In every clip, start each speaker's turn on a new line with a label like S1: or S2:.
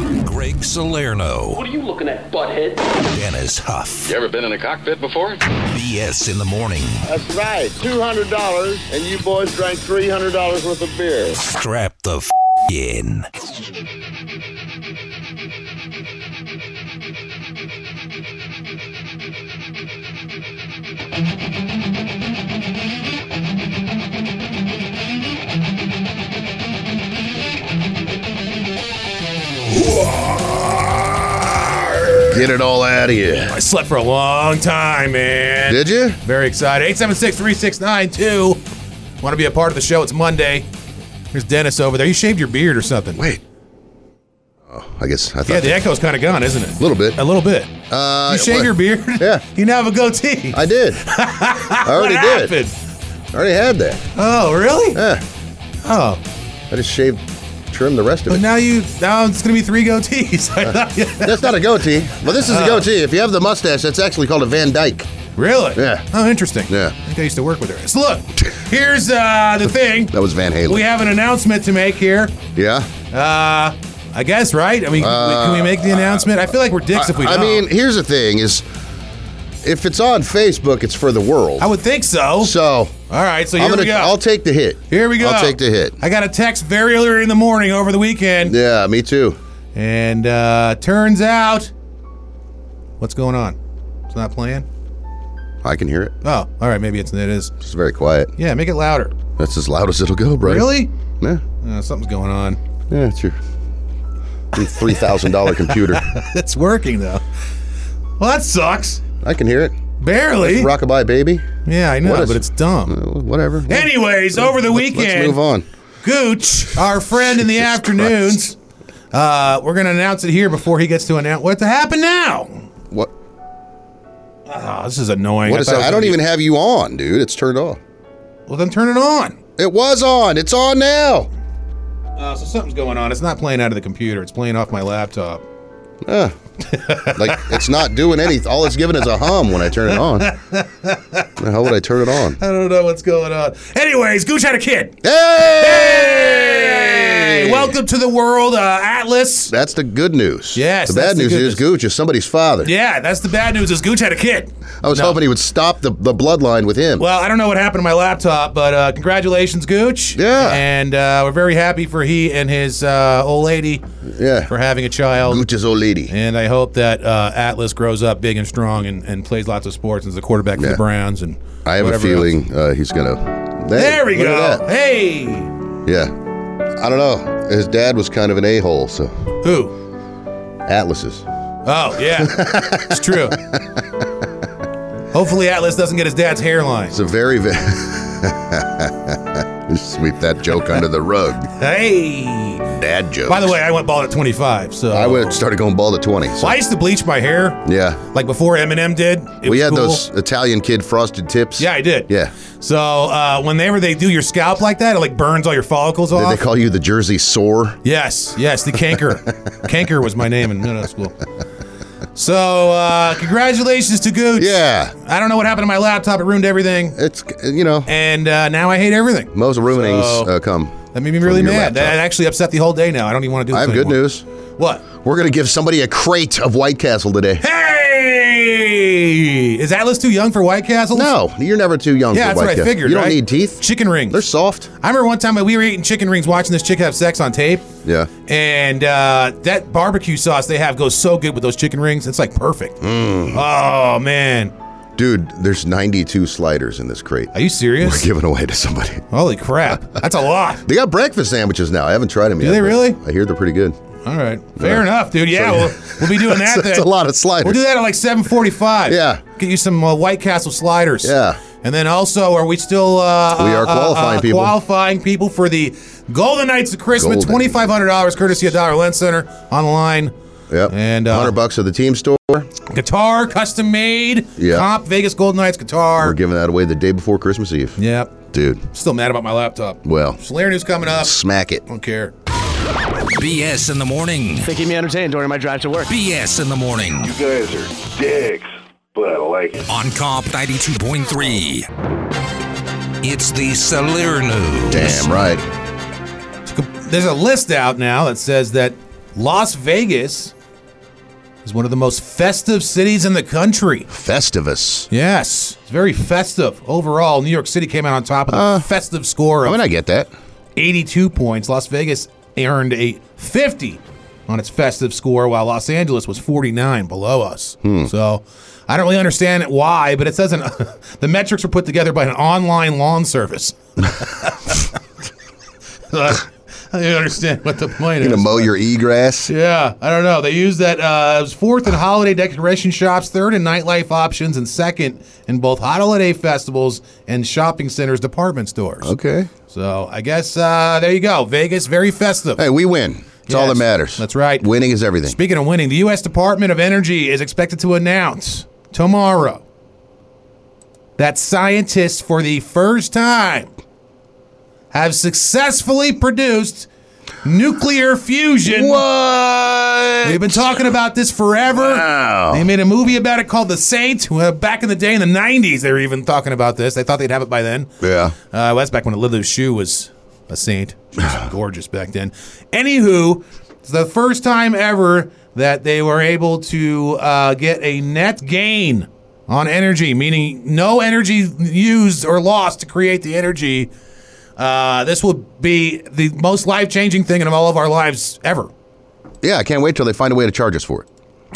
S1: Mike Salerno,
S2: What are you looking at, butthead?
S1: Dennis Huff.
S3: You ever been in a cockpit before?
S1: BS in the morning.
S4: That's right. $200, and you boys drank $300 worth of beer.
S1: Strap the f- in.
S5: Get it all out of you.
S6: I slept for a long time, man.
S5: Did you?
S6: Very excited. 876 3692. Want to be a part of the show? It's Monday. Here's Dennis over there. You shaved your beard or something.
S5: Wait. Oh, I guess I
S6: Yeah,
S5: thought
S6: the echo's kind of gone, isn't it?
S5: a little bit.
S6: A little bit.
S5: Uh,
S6: you shave
S5: what-
S6: your beard?
S5: Yeah.
S6: You now have a goatee.
S5: I did. I already
S6: what
S5: did.
S6: happened?
S5: I already had that.
S6: Oh, really?
S5: Yeah.
S6: Oh.
S5: I just shaved, trimmed the rest of
S6: But
S5: it.
S6: now you now it's gonna be three goatees.
S5: Uh,
S6: I thought you-
S5: That's not a goatee. Well, this is
S6: Uh.
S5: a goatee. If you have the mustache, that's actually called a Van Dyke.
S6: really?
S5: Yeah.
S6: Oh, interesting.
S5: Yeah.
S6: I think I used to work with her. So look, here's uh, the thing.
S5: That was Van Halen.
S6: We have an announcement to make here.
S5: yeah.
S6: Uh, I guess, right? I mean, can we make the announcement? I feel like we're dicks if we
S5: Uh, I
S6: don't.
S5: mean, here's the thing: is if it's on Facebook, it's for the world.
S6: I would think so.
S5: so
S6: All right, so here
S5: I'm gonna.
S6: we go.
S5: I'll take the hit.
S6: here we go.
S5: I'll take the hit.
S6: I got a text very early in the morning over the weekend,
S5: Yeah, me too.
S6: and uh, turns out, what's going on? It's not playing.
S5: I can hear it.
S6: Oh, all right, maybe it's it is.
S5: It's very quiet.
S6: Yeah, make it louder.
S5: That's as loud as it'll go, bro.
S6: Really?
S5: Yeah.
S6: Uh, something's going on.
S5: Yeah, it's your three thousand dollar computer.
S6: It's working though. Well, that sucks.
S5: I can hear it.
S6: Barely.
S5: Rockabye baby.
S6: Yeah, I know,
S5: What is-
S6: but it's dumb.
S5: Uh, Whatever.
S6: Anyways, over the weekend,
S5: Let's move on.
S6: Gooch, our friend in the
S5: Jesus
S6: afternoons. Uh, we're gonna announce it here before he gets to announce what's happened now.
S5: What?
S6: Oh, this is annoying.
S5: What is
S6: thought it
S5: that?
S6: was
S5: I don't
S6: gonna
S5: even have you on, dude. It's turned off.
S6: be- Well, then turn it on.
S5: It was on. It's on now.
S6: Uh, so something's going on. It's not playing out of the computer. It's playing off my laptop.
S5: Uh, like it's not doing anything. All it's giving is a hum when I turn it on. How would I turn it on?
S6: I don't know what's going on. Anyways, Gooch had a kid.
S5: Hey!
S6: Hey, welcome to the world, uh, Atlas.
S5: That's the good news.
S6: Yes,
S5: The
S6: that's
S5: bad
S6: the
S5: news
S6: good
S5: is Gooch is somebody's father.
S6: Yeah, that's the bad news. Is Gooch had a kid.
S5: I was
S6: No.
S5: hoping he would stop the, the bloodline with him.
S6: Well, I don't know what happened to my laptop, but uh, congratulations, Gooch.
S5: Yeah.
S6: And uh, we're very happy for he and his uh, old lady
S5: yeah.
S6: for having a child.
S5: Gooch's old lady.
S6: And I hope that uh, Atlas grows up big and strong and, and plays lots of sports and is a quarterback for
S5: Yeah.
S6: the Browns. And
S5: I have a
S6: whatever else.
S5: feeling uh, he's gonna. Hey,
S6: There we
S5: look at
S6: go. Hey.
S5: that. Yeah. I don't know. His dad was kind of an a hole, so
S6: Who?
S5: Atlases.
S6: Oh, yeah. it's true. Hopefully, Atlas doesn't get his dad's hairline.
S5: It's a very. ve- Sweep that joke under the rug.
S6: Hey.
S5: Dad joke.
S6: By the way, I went bald at 25, so.
S5: I would have started going bald at 20. so-
S6: Well, I used to bleach my hair
S5: Yeah.
S6: like before Eminem did. It
S5: We
S6: was
S5: had
S6: cool.
S5: those Italian kid frosted tips.
S6: Yeah, I did.
S5: Yeah.
S6: So uh, whenever they do your scalp like that, it like burns all your follicles
S5: Did
S6: off.
S5: they call you the Jersey sore?
S6: yes, yes, the canker. canker was my name in middle school. So uh, congratulations to Gooch.
S5: Yeah.
S6: I don't know what happened to my laptop. It ruined everything,
S5: It's, you know,
S6: and uh, now I hate everything.
S5: most ruinings
S6: So-
S5: uh, come.
S6: That made me
S5: from
S6: really
S5: your
S6: mad. That
S5: laptop.
S6: actually upset the whole day. Now I don't even want to do.
S5: I
S6: This
S5: have good
S6: anymore.
S5: news.
S6: What?
S5: We're going to give somebody a crate of White Castle today.
S6: Hey, is Atlas too young for White Castle?
S5: No, you're never too young
S6: Yeah,
S5: for
S6: that's
S5: White
S6: what I
S5: Castle.
S6: figured.
S5: You don't
S6: right?
S5: need teeth.
S6: Chicken rings.
S5: They're soft.
S6: I remember one time we were eating chicken rings, watching this chick have sex on tape.
S5: Yeah.
S6: And uh, that barbecue sauce they have goes so good with those chicken rings. It's like perfect.
S5: Mm.
S6: Oh man,
S5: Dude, there's 92 sliders in this crate.
S6: are you serious?
S5: Given away to somebody.
S6: Holy crap, that's a lot.
S5: They got breakfast sandwiches now. I haven't tried them yet.
S6: they
S5: but
S6: really?
S5: I hear they're pretty good.
S6: All right, fair
S5: Yeah.
S6: enough, dude. Yeah,
S5: So-
S6: we'll, we'll be doing that.
S5: That's- that's
S6: then.
S5: a lot of sliders.
S6: We'll do that at like seven forty-five.
S5: Yeah.
S6: Get you some uh, White Castle sliders.
S5: Yeah.
S6: And then also, are we still? Uh,
S5: We are
S6: uh, uh,
S5: qualifying
S6: uh,
S5: people.
S6: Qualifying people for the Golden Knights of Christmas,
S5: Golden.
S6: twenty-five hundred dollars, courtesy of Dollar Lens Center online.
S5: Yep.
S6: And, uh,
S5: 100 bucks at the team store.
S6: Guitar, custom made.
S5: Yeah.
S6: Comp Vegas Golden Knights guitar.
S5: We're giving that away the day before Christmas Eve.
S6: Yep.
S5: Dude,
S6: Still mad about my laptop.
S5: well,
S6: Slayer news coming up.
S5: smack it.
S6: Don't care.
S1: BS in the morning.
S7: They keep me entertained during my drive to work.
S1: BS in the morning
S8: guys are dicks, but I like it.
S1: on Comp 92.3. It's the Salerno.
S5: Damn right.
S6: There's a list out now that says that Las Vegas is one of the most festive cities in the country.
S5: Festivus.
S6: Yes, it's very festive. Overall, New York City came out on top with a festive score
S5: I
S6: of
S5: mean, I get that.
S6: 82 points. Las Vegas earned a 50 on its festive score, while Los Angeles was 49 below us. So I don't really understand why, but it says an, the metrics were put together by an online lawn service. I don't understand what the point
S5: You
S6: is.
S5: gonna mow your e-grass?
S6: Yeah, I don't know. They used that uh, it was fourth in holiday decoration shops, third in nightlife options, and second in both holiday festivals and shopping centers, department stores.
S5: Okay.
S6: So I guess uh, there you go. Vegas, very festive.
S5: Hey, we win. It's all that
S6: Yes,
S5: matters.
S6: that's right.
S5: Winning is everything.
S6: Speaking of winning, the U.S. Department of Energy is expected to announce tomorrow that scientists, for the first time, have successfully produced nuclear fusion.
S5: what?
S6: We've been talking about this forever.
S5: Wow.
S6: They made a movie about it called The Saint. Well, back in the day, in the 90s, they were even talking about this. They thought they'd have it by then.
S5: Yeah.
S6: Uh, well, that's back when Lulu Shoe was a saint. She was gorgeous back then. Anywho, it's the first time ever that they were able to uh, get a net gain on energy, meaning no energy used or lost to create the energy. Uh, this will be the most life changing thing in all of our lives ever.
S5: Yeah, I can't wait till they find a way to charge us for it.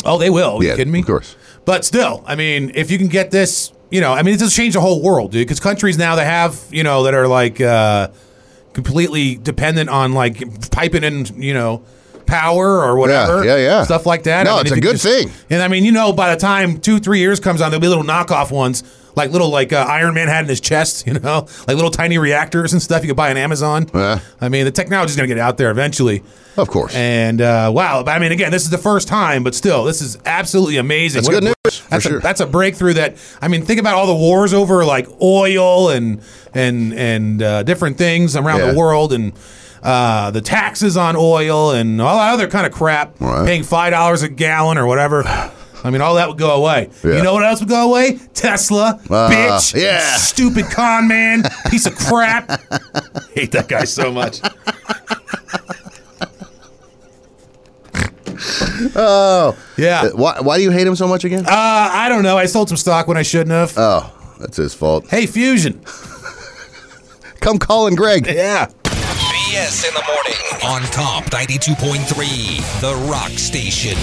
S6: Oh, they will. Are
S5: yeah,
S6: you kidding me?
S5: Of course.
S6: But still, I mean, if you can get this, you know, I mean, it does change the whole world, dude. Because countries now that have, you know, that are like uh, completely dependent on like piping in, you know, power or whatever.
S5: yeah, yeah.
S6: Stuff like that.
S5: No,
S6: I mean,
S5: it's
S6: if
S5: a
S6: you
S5: good
S6: just-
S5: thing.
S6: And I mean, you know, by the time two, three years comes on, there'll be little knockoff ones. Like little, like uh, Iron Man had in his chest, you know, like little tiny reactors and stuff you could buy on Amazon.
S5: Yeah.
S6: I mean, the technology's gonna get out there eventually.
S5: Of course.
S6: And uh, wow, but I mean, again, this is the first time, but still, this is absolutely amazing.
S5: That's
S6: What a
S5: good news,
S6: break-
S5: for
S6: That's a,
S5: sure.
S6: that's a breakthrough. That I mean, think about all the wars over like oil and and and uh, different things around
S5: Yeah.
S6: the world, and uh, the taxes on oil and all that other kind of crap,
S5: Right.
S6: paying five dollars a gallon or whatever. I mean, all that would go away.
S5: Yeah.
S6: You know what else would go away? Tesla,
S5: Ah,
S6: bitch,
S5: yeah.
S6: stupid con man, piece of crap. Hate that guy so much.
S5: oh.
S6: Yeah.
S5: Uh, Why, why do you hate him so much again?
S6: Uh, I don't know. I sold some stock when I shouldn't have.
S5: oh, that's his fault.
S6: hey, Fusion.
S5: Come calling Greg.
S6: Yeah.
S1: BS in the morning. On top 92.3, The Rock Station.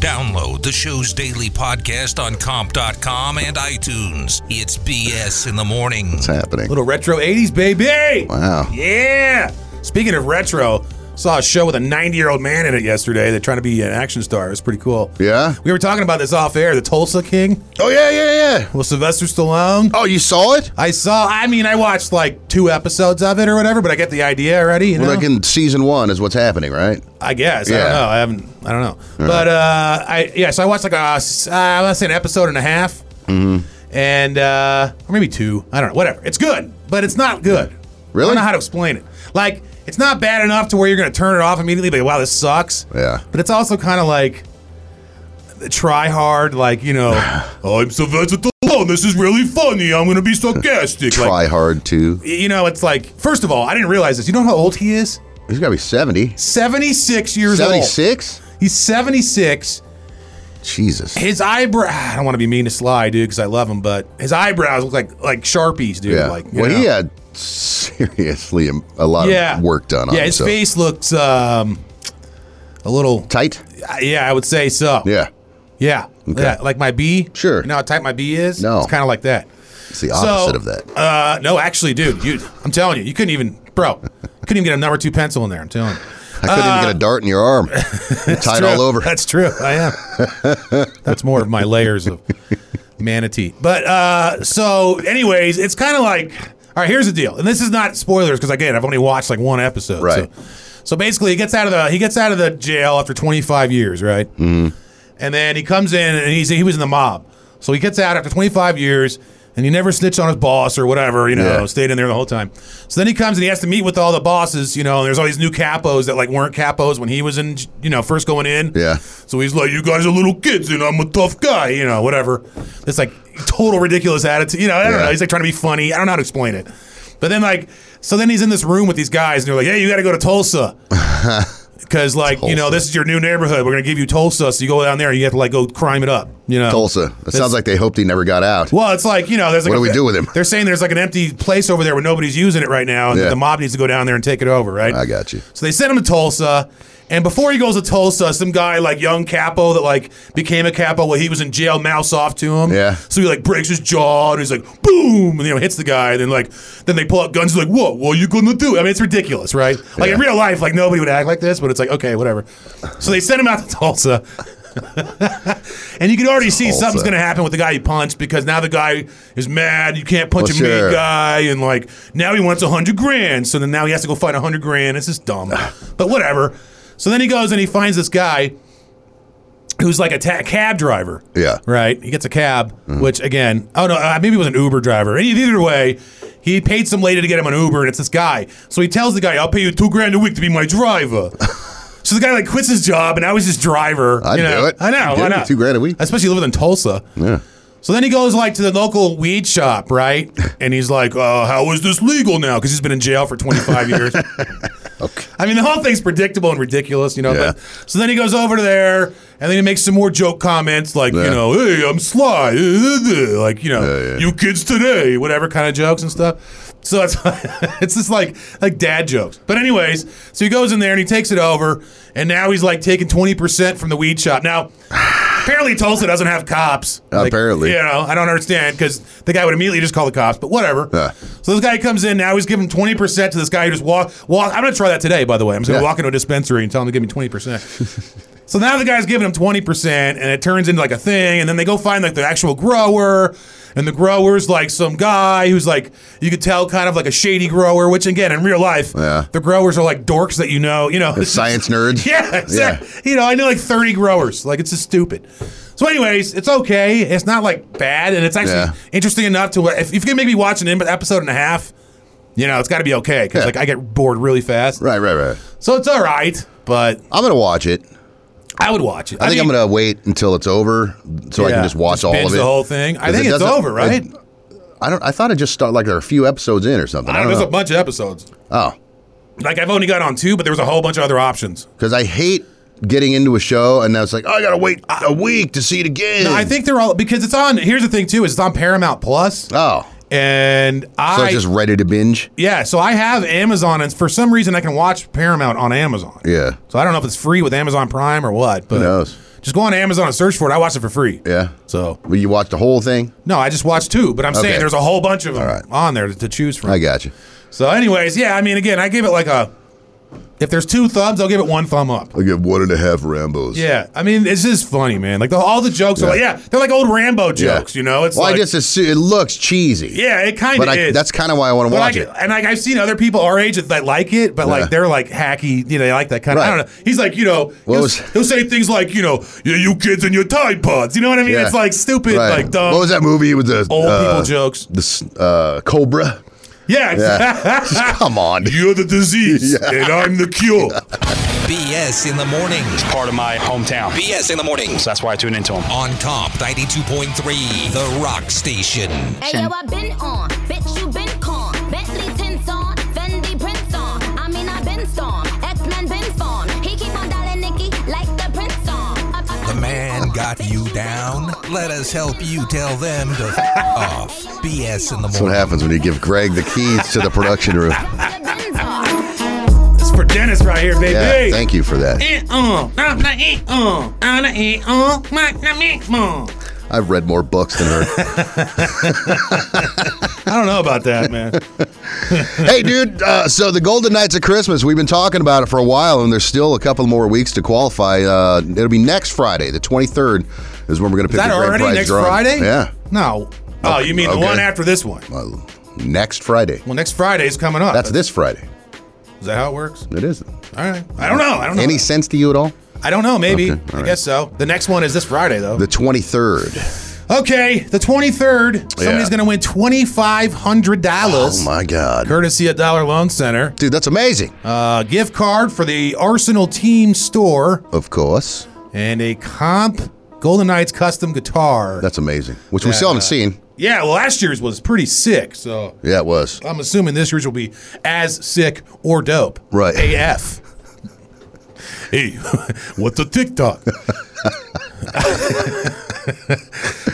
S1: Download the show's daily podcast on comp.com and iTunes. It's BS in the morning.
S5: What's happening?
S6: Little retro 80s, baby.
S5: Wow.
S6: Yeah. Speaking of retro, saw a show with a 90 year old man in it yesterday that trying to be an action star. It was pretty cool.
S5: Yeah?
S6: We were talking about this off air the Tulsa King
S5: Oh, yeah, yeah, yeah.
S6: with Sylvester Stallone.
S5: Oh, you saw it?
S6: I saw, I mean, I watched like two episodes of it or whatever, but I get the idea already. You know?
S5: Well, like in season one is what's happening, right?
S6: I guess. I
S5: Yeah.
S6: don't know. I haven't. I don't know. But uh, I yeah. So I watched like a s- uh, I want to say an episode and a half,
S5: Mm-hmm.
S6: and uh, or maybe two. I don't know. Whatever. It's good, but it's not good.
S5: Really?
S6: I don't know how to explain it. Like it's not bad enough to where you're gonna turn it off immediately. But wow, this sucks.
S5: Yeah.
S6: But it's also kind of like try hard. Like you know, I'm Sylvester Stallone. This is really funny. I'm gonna be sarcastic.
S5: Try
S6: Like,
S5: hard to.
S6: you know, it's like first of all, I didn't realize this. You know how old he is?
S5: He's got to be 70.
S6: Seventy six years old.
S5: 76?
S6: He's 76.
S5: Jesus.
S6: His eyebrow. I don't want to be mean to Sly, dude, because I love him, but his eyebrows look like like sharpies, dude.
S5: Yeah.
S6: Like, you
S5: well,
S6: know?
S5: he had seriously a, a lot
S6: yeah
S5: of work done on
S6: Yeah,
S5: him,
S6: his
S5: so.
S6: face looks um a little.
S5: Tight?
S6: Yeah, I would say so.
S5: Yeah.
S6: yeah, yeah. Like my B.
S5: Sure.
S6: You know how tight my B is?
S5: No.
S6: it's kind of like that.
S5: It's the opposite of that.
S6: Uh, no, actually, dude, you. I'm telling you, you couldn't even, bro, couldn't even get a number two pencil in there. I'm telling you.
S5: I couldn't even get a dart in your arm. You're tied all
S6: true.
S5: over.
S6: uh, That's true. I am. That's more of my layers of manatee. But uh, so, anyways, it's kind of like all right. Here's the deal, and this is not spoilers because again, I've only watched like one episode.
S5: Right.
S6: So, so basically, he gets out of the he gets out of the jail after 25 years, right? Mm. And then he comes in and he's he was in the mob, so he gets out after 25 years. and he never snitched on his boss or whatever, you know,
S5: Yeah.
S6: stayed in there the whole time. So then he comes and he has to meet with all the bosses, you know, and there's all these new capos that like weren't capos when he was in, you know, first going in.
S5: Yeah.
S6: So he's like, you guys are little kids and I'm a tough guy, you know, whatever. It's like total ridiculous attitude, you know, I don't
S5: Yeah.
S6: know. He's like trying to be funny. I don't know how to explain it. But then like, so then he's in this room with these guys and they're like, hey, you got to go to Tulsa. Because like you
S5: Tulsa.
S6: know, this is your new neighborhood. We're gonna give you Tulsa, so you go down there. You have to like go crime it up. You know,
S5: Tulsa. It sounds like they hoped he never got out.
S6: well, it's like you know, there's like
S5: What
S6: a-
S5: do we do with him?
S6: They're saying there's like an empty place over there where nobody's using it right now, and
S5: Yeah.
S6: the mob needs to go down there and take it over, right?
S5: I got you.
S6: So they sent him to Tulsa, and before he goes to Tulsa, some guy like young capo that like became a capo while he was in jail mouths off to him.
S5: Yeah.
S6: So he like breaks his jaw and he's like boom, and you know hits the guy. Then like then they pull out guns. He's like, whoa, what are you gonna do? I mean, it's ridiculous, right? Like in
S5: Yeah.
S6: real life, like nobody would act like this, but it's like okay, whatever. So they sent him out to Tulsa. And you can already see
S5: Tulsa.
S6: something's going to happen with the guy you punched because now the guy is mad. You can't punch
S5: Well,
S6: a
S5: sure.
S6: mean guy, and like now he wants a hundred grand. So then now he has to go find a hundred grand. It's just dumb, but whatever. So then he goes and he finds this guy who's like a ta- cab driver.
S5: Yeah. Mm-hmm.
S6: right. He gets a cab, which again, oh no, uh, maybe he was an Uber driver. Any- Either way. He paid some lady to get him an Uber, and it's this guy. So he tells the guy, "I'll pay you two grand a week to be my driver." so the guy like quits his job, and now he's his driver.
S5: I'd
S6: you know?
S5: do it.
S6: I know.
S5: Give
S6: Why
S5: me
S6: not?
S5: two grand a week.
S6: especially living in Tulsa.
S5: Yeah.
S6: So then he goes like to the local weed shop, right? And he's like, uh, "How is this legal now?" Because he's been in jail for 25 years. I mean, the whole thing's predictable and ridiculous, you know.
S5: Yeah.
S6: But, so then he goes over to there, and then he makes some more joke comments, like, you
S5: Yeah.
S6: know, "Hey, I'm Sly," like, you know,
S5: Yeah, yeah.
S6: "You kids today," whatever kind of jokes and stuff. So it's it's just like like dad jokes. But anyways, so he goes in there and he takes it over, and now he's like taking 20 percent from the weed shop. Now, apparently, Tulsa doesn't have cops. Like,
S5: Apparently.
S6: you know, I don't understand because the guy would immediately just call the cops, but whatever.
S5: Yeah.
S6: So this guy comes in now. He's giving twenty percent to this guy who just walk walk. I'm gonna try that today, by the way. I'm just gonna
S5: Yeah.
S6: walk into a dispensary and tell him to give me twenty percent. so now the guy's giving him twenty percent, and it turns into like a thing. And then they go find like the actual grower, and the grower's like some guy who's like you could tell kind of like a shady grower. Which again, in real life,
S5: Yeah.
S6: the growers are like dorks that you know. You know,
S5: The science nerd.
S6: yeah, exactly. You know, I know like 30 growers. Like, it's just stupid. So, anyways, it's okay. It's not like bad, and it's actually
S5: Yeah.
S6: interesting enough to where if, if you can make me watch an in- episode and a half, you know, it's got to be okay because
S5: Yeah.
S6: like I get bored really fast.
S5: Right, right, right.
S6: So it's all right, but
S5: I'm gonna watch it.
S6: I would watch it.
S5: I, think
S6: mean,
S5: I'm gonna wait until it's over so I
S6: yeah,
S5: can just watch all
S6: binge
S5: of it.
S6: the whole thing. I
S5: 'Cause
S6: think
S5: it
S6: it's
S5: doesn't-
S6: over, right?
S5: it- I don't. I thought it just started like there are a few episodes in or something. I don't,
S6: there's
S5: know.
S6: a bunch of episodes.
S5: oh,
S6: Like I've only got on two, but there was a whole bunch of other options.
S5: because I hate getting into a show and now it's like oh, I gotta wait a week to see it again.
S6: No, I think they're all because it's on. Here's the thing too: is it's on Paramount Plus,
S5: Oh,
S6: and I
S5: so it's just ready to binge.
S6: Yeah, so I have Amazon, and for some reason I can watch Paramount on Amazon.
S5: Yeah.
S6: So I don't know if it's free with Amazon Prime or what, but
S5: knows?
S6: just go on Amazon and search for it. I watch it for free.
S5: Yeah.
S6: So
S5: Well, you watch the whole thing.
S6: no, I just watched two, but I'm
S5: Okay.
S6: saying there's a whole bunch of them
S5: right.
S6: on there to, to choose from.
S5: I got you.
S6: so, anyways, yeah, I mean, again, I give it like a. If there's two thumbs, I'll give it one thumb up.
S5: I get one and a half Rambo's.
S6: Yeah, I mean, it's just funny, man. Like the, all the jokes are like, yeah, they're like old Rambo
S5: Yeah.
S6: jokes, you know? It's
S5: well,
S6: like,
S5: I just assume it looks cheesy.
S6: yeah, it kind
S5: but
S6: of
S5: I,
S6: is.
S5: that's kind of why I want to
S6: But
S5: watch
S6: like,
S5: it.
S6: And like I've seen other people our age that, that like it, but
S5: Yeah.
S6: like they're like hacky, you know, they like that kind of. I
S5: Right.
S6: don't know. He's like, you know,
S5: What
S6: he'll,
S5: was-
S6: he'll say things like, you know, you, you kids and your Tide Pods. You know what I mean?
S5: Yeah.
S6: It's like stupid,
S5: Right.
S6: like dumb.
S5: What was that movie with the
S6: Old
S5: uh,
S6: people jokes.
S5: The s- uh, Cobra.
S6: Yeah.
S5: Yeah. Come on.
S6: You're the disease, and I'm the cure.
S1: BS in the morning.
S7: Part of my hometown.
S1: BS in the morning.
S7: So that's why I tune into him.
S1: On Comp 92.3, The Rock Station.
S3: Hey yo, I been on, bitch you been con. Bentley tints on, Fendi prints on. I mean I been storm, X Men been form. He keep on dialing Nikki like the prince on.
S1: The man got you down. Let us help you tell them to f- off. BS in the
S5: That's what
S1: morning.
S5: happens when you give Greg the keys to the production room.
S6: It's for Dennis right here, baby.
S5: Yeah, thank you for that. I've read more books than her.
S6: I don't know about that, man.
S5: hey, dude. Uh, so the Golden Knights of Christmas. We've been talking about it for a while, and there's still a couple more weeks to qualify. Uh, it'll be next Friday, the 23rd, is when we're going to pick
S6: Is that
S5: the grand
S6: already
S5: prize
S6: next
S5: drawing.
S6: Friday?
S5: Yeah,
S6: No. Oh, you mean
S5: Okay.
S6: the one after this one?
S5: Well, next Friday.
S6: Well, next Friday is coming up.
S5: That's this Friday.
S6: Is that how it works?
S5: It is.
S6: All right. I don't know. I don't know.
S5: Any sense to you at all?
S6: I don't know. Maybe.
S5: Okay, all
S6: I
S5: right.
S6: guess so. The next one is this Friday, though.
S5: The 23rd.
S6: Okay, the 23rd,
S5: Yeah.
S6: somebody's going to win $2,500.
S5: Oh my God,
S6: Courtesy of Dollar Loan Center.
S5: dude, that's amazing.
S6: A gift card for the Arsenal team store
S5: Of course,
S6: and a comp Golden Knights custom guitar.
S5: that's amazing. Which we still haven't seen.
S6: yeah, well, last year's was pretty sick, so
S5: Yeah, it was.
S6: I'm assuming this year's will be as sick or dope.
S5: Right.
S6: AF. hey, what's a TikTok?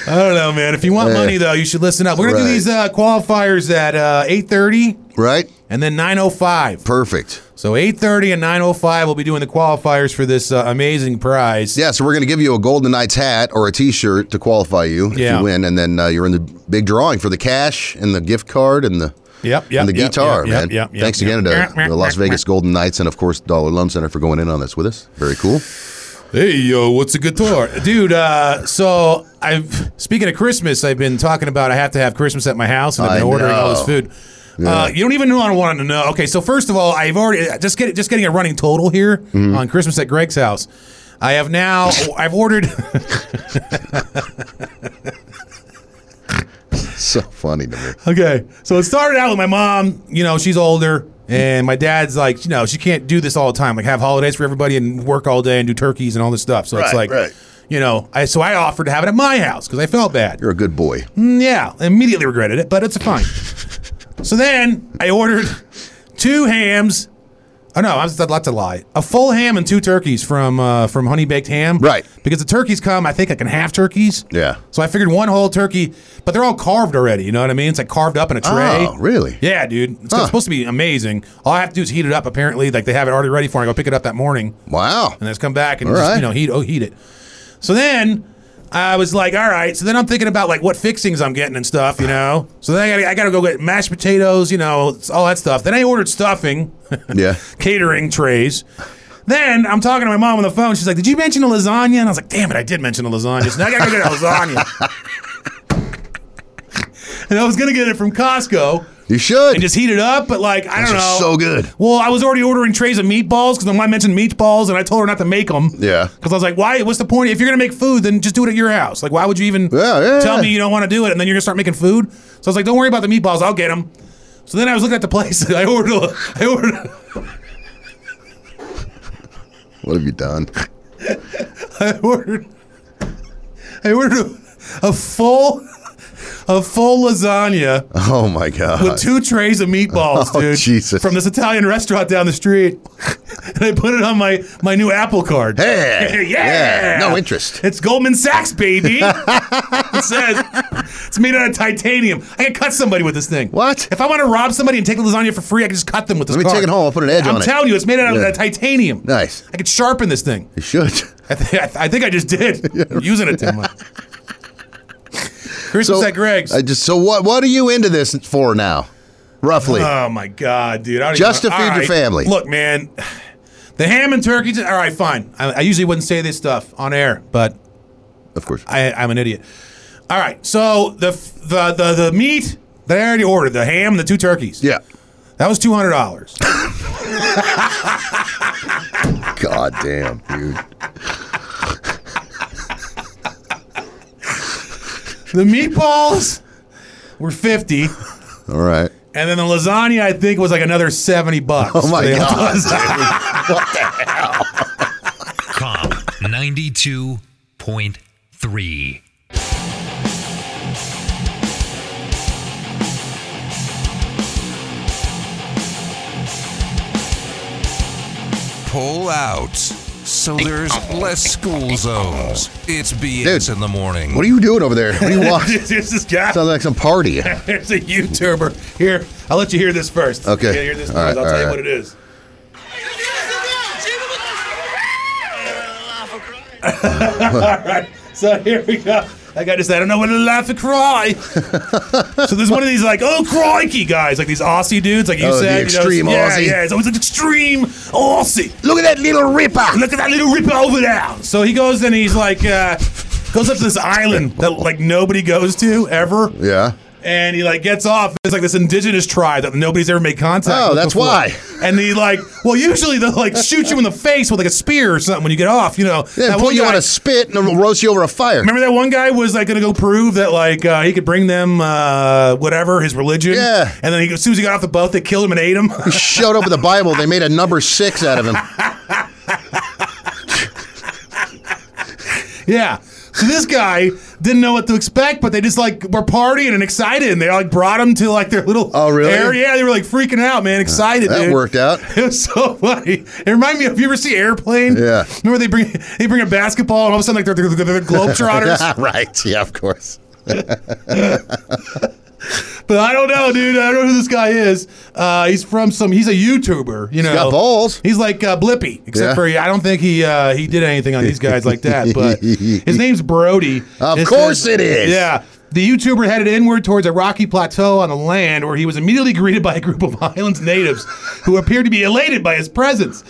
S6: I don't know, man. If you want money, though, you should listen up. We're gonna
S5: Right.
S6: do these uh, qualifiers at uh, 8:30
S5: Right?
S6: and then 9:05.
S5: Perfect.
S6: So 8:30 and 9:05, we'll be doing the qualifiers for this uh, amazing prize.
S5: Yeah, so we're going to give you a Golden Knights hat or a T-shirt to qualify you if
S6: Yeah.
S5: you win, and then uh, you're in the big drawing for the cash and the gift card and the
S6: Yep, yep,
S5: and the
S6: yep,
S5: guitar,
S6: yep,
S5: man.
S6: yep, yep,
S5: Thanks
S6: yep.
S5: again to the Las Vegas Golden Knights and of course Dollar Loan Center for going in on this with us. Very cool.
S6: Hey yo, what's a guitar, dude? Uh, so I've speaking of Christmas, I've been talking about I have to have Christmas at my house, and I've been
S5: I
S6: ordering all this
S5: know.
S6: food. Uh, you don't even know what I want to know. Okay, so first of all, I've already just get just getting a running total here
S5: Mm-hmm.
S6: on Christmas at Greg's house. I have now I've ordered
S5: So funny to me.
S6: Okay. So it started out with my mom, you know, she's older. And my dad's like, you know, she can't do this all the time. Like have holidays for everybody and work all day and do turkeys and all this stuff. So it's
S5: Right,
S6: like,
S5: right.
S6: you know, I so I offered to have it at my house because I felt bad.
S5: You're a good boy.
S6: Mm, yeah, I immediately regretted it, but it's fine. so then I ordered two hams. Oh no, I was that's a lie. A full ham and two turkeys from uh, from Honey Baked Ham.
S5: Right.
S6: Because the turkeys come, I think like in half turkeys.
S5: Yeah.
S6: So I figured one whole turkey, but they're all carved already. You know what I mean? It's like carved up in a tray.
S5: Oh, really?
S6: Yeah, dude. It's
S5: Huh.
S6: supposed to be amazing. All I have to do is heat it up. Apparently, like they have it already ready for me. I go pick it up that morning
S5: Wow.
S6: and let's come back and
S5: All
S6: just,
S5: right.
S6: you know heat oh heat it. So then I was like, all right. So then I'm thinking about like what fixings I'm getting and stuff, you know. So then I gotta, I gotta go get mashed potatoes, you know, it's all that stuff. Then I ordered stuffing,
S5: Yeah.
S6: catering trays. Then I'm talking to my mom on the phone. She's like, "Did you mention a lasagna?" And I was like, "Damn it, I did mention a lasagna." So now I gotta go get a lasagna. and I was gonna get it from Costco
S5: You should.
S6: and just heat it up, but like I
S5: Those
S6: don't
S5: are
S6: know.
S5: so good.
S6: Well, I was already ordering trays of meatballs because my mom mentioned meatballs, and I told her not to make them.
S5: Yeah.
S6: Because I was like, why? What's the point? If you're gonna make food, then just do it at your house. Like, why would you even
S5: Yeah, yeah,
S6: tell
S5: yeah.
S6: me you don't want to do it, and then you're gonna start making food? So I was like, don't worry about the meatballs. I'll get them. So then I was looking at the place. and I ordered. A, I ordered.
S5: What have you done?
S6: I ordered. I ordered a, a full, a full lasagna.
S5: Oh my
S6: with
S5: God.
S6: two trays of meatballs,
S5: Oh,
S6: dude,
S5: Jesus.
S6: from this Italian restaurant down the street. and I put it on my my new Apple card.
S5: Hey.
S6: yeah.
S5: No interest.
S6: It's Goldman Sachs, baby. it says it's made out of titanium. I can cut somebody with this thing.
S5: What?
S6: If I want to rob somebody and take the lasagna for free, I can just cut them with this.
S5: Let me
S6: card.
S5: take it home. I'll put an edge
S6: I'm
S5: on it.
S6: telling you, it's made out of
S5: Yeah.
S6: that titanium.
S5: Nice.
S6: I could sharpen this thing.
S5: You should.
S6: I, th- I, th- I think I just did. I'm using it too much. Christmas at Greg's.
S5: I just. So what? What are you into this for now? Roughly.
S6: Oh my god, dude! I don't
S5: Just to
S6: even-
S5: feed
S6: all
S5: your family.
S6: Look, man, the ham and turkey. All right, fine. I, I usually wouldn't say this stuff on air, but
S5: of course.
S6: I, I'm an idiot. All right, so the f- the the, the meat that I already ordered, the ham, and the two turkeys.
S5: yeah.
S6: that was two hundred dollars.
S5: God damn, dude.
S6: the meatballs were fifty.
S5: All right.
S6: And then the lasagna, I think, was like another seventy bucks.
S5: Oh my
S6: for the
S5: God,
S6: lasagna.
S9: Com 92.3.
S1: Pull out. So there's less school zones. It's BS
S5: Dude,
S1: in the morning.
S5: What are you doing over there? What do you want?
S6: There's this guy.
S5: Sounds like some party.
S6: There's a YouTuber. Here, I'll let you hear this first.
S5: Okay.
S6: You gotta hear this
S5: All right,
S6: first. I'll
S5: all
S6: tell you
S5: right.
S6: what it is. So here we go. That guy just said, I don't know whether to laugh or cry. so there's one of these like, oh crikey guys, like these Aussie dudes, like you
S5: Oh, the
S6: said, you
S5: extreme
S6: know, yeah,
S5: Aussie.
S6: yeah, it's always an extreme Aussie.
S5: Look at that little ripper.
S6: Look at that little ripper over there. So he goes and he's like, uh, goes up to this island that like nobody goes to ever,
S5: Yeah.
S6: and he like gets off. It's like this indigenous tribe that nobody's ever made contact.
S5: Oh,
S6: with
S5: that's
S6: before.
S5: why.
S6: And he like, well, usually they'll like shoot you in the face with like a spear or something when you get off. You know,
S5: Yeah,
S6: That
S5: put
S6: one
S5: you
S6: guy-
S5: on a spit and it'll roast you over a fire.
S6: Remember that one guy was like going to go prove that like uh, he could bring them uh, whatever his religion.
S5: Yeah.
S6: And then he, as soon as he got off the boat, they killed him and ate him.
S5: He showed up with a Bible. They made a number six out of him.
S6: yeah. So this guy didn't know what to expect, but they just like were partying and excited, and they like brought him to like their little
S5: Oh, really?
S6: area. Yeah, they were like freaking out, man, excited.
S5: that
S6: dude.
S5: worked out.
S6: It was so funny. It reminded me of you ever see Airplane?
S5: Yeah.
S6: Remember they bring they bring a basketball and all of a sudden like they're, they're, they're, they're globetrotters.
S5: right. Yeah, of course.
S6: But I don't know, dude. I don't know who this guy is. Uh, he's from some. He's a YouTuber. You know,
S5: got balls.
S6: He's like uh, Blippy, except
S5: Yeah.
S6: for he, I don't think he uh, he did anything on these guys like that. But his name's Brody.
S5: Of course it is.
S6: Yeah. The YouTuber headed inward towards a rocky plateau on the land where he was immediately greeted by a group of island's natives who appeared to be elated by his presence.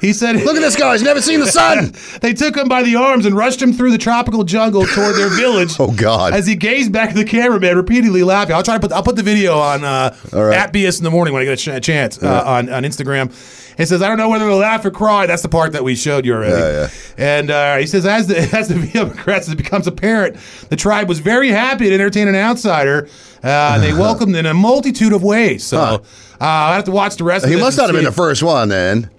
S6: He said,
S5: Look at this guy. He's never seen the sun.
S6: they took him by the arms and rushed him through the tropical jungle toward their village.
S5: Oh, God.
S6: As he gazed back at the cameraman, repeatedly laughing. I'll try to put I'll put the video on uh,
S5: right.
S6: at BS in the morning when I get a ch- chance uh, on on Instagram. He says, "I don't know whether to laugh or cry." That's the part that we showed you already.
S5: Yeah,
S6: And uh, he says, "As the as the video progresses, it becomes apparent the tribe was very happy to entertain an outsider. Uh, they welcomed in a multitude of ways. So."
S5: Huh.
S6: Uh, I have to watch the rest. of
S5: He
S6: this
S5: must
S6: and
S5: not have been
S6: see.
S5: the first one then.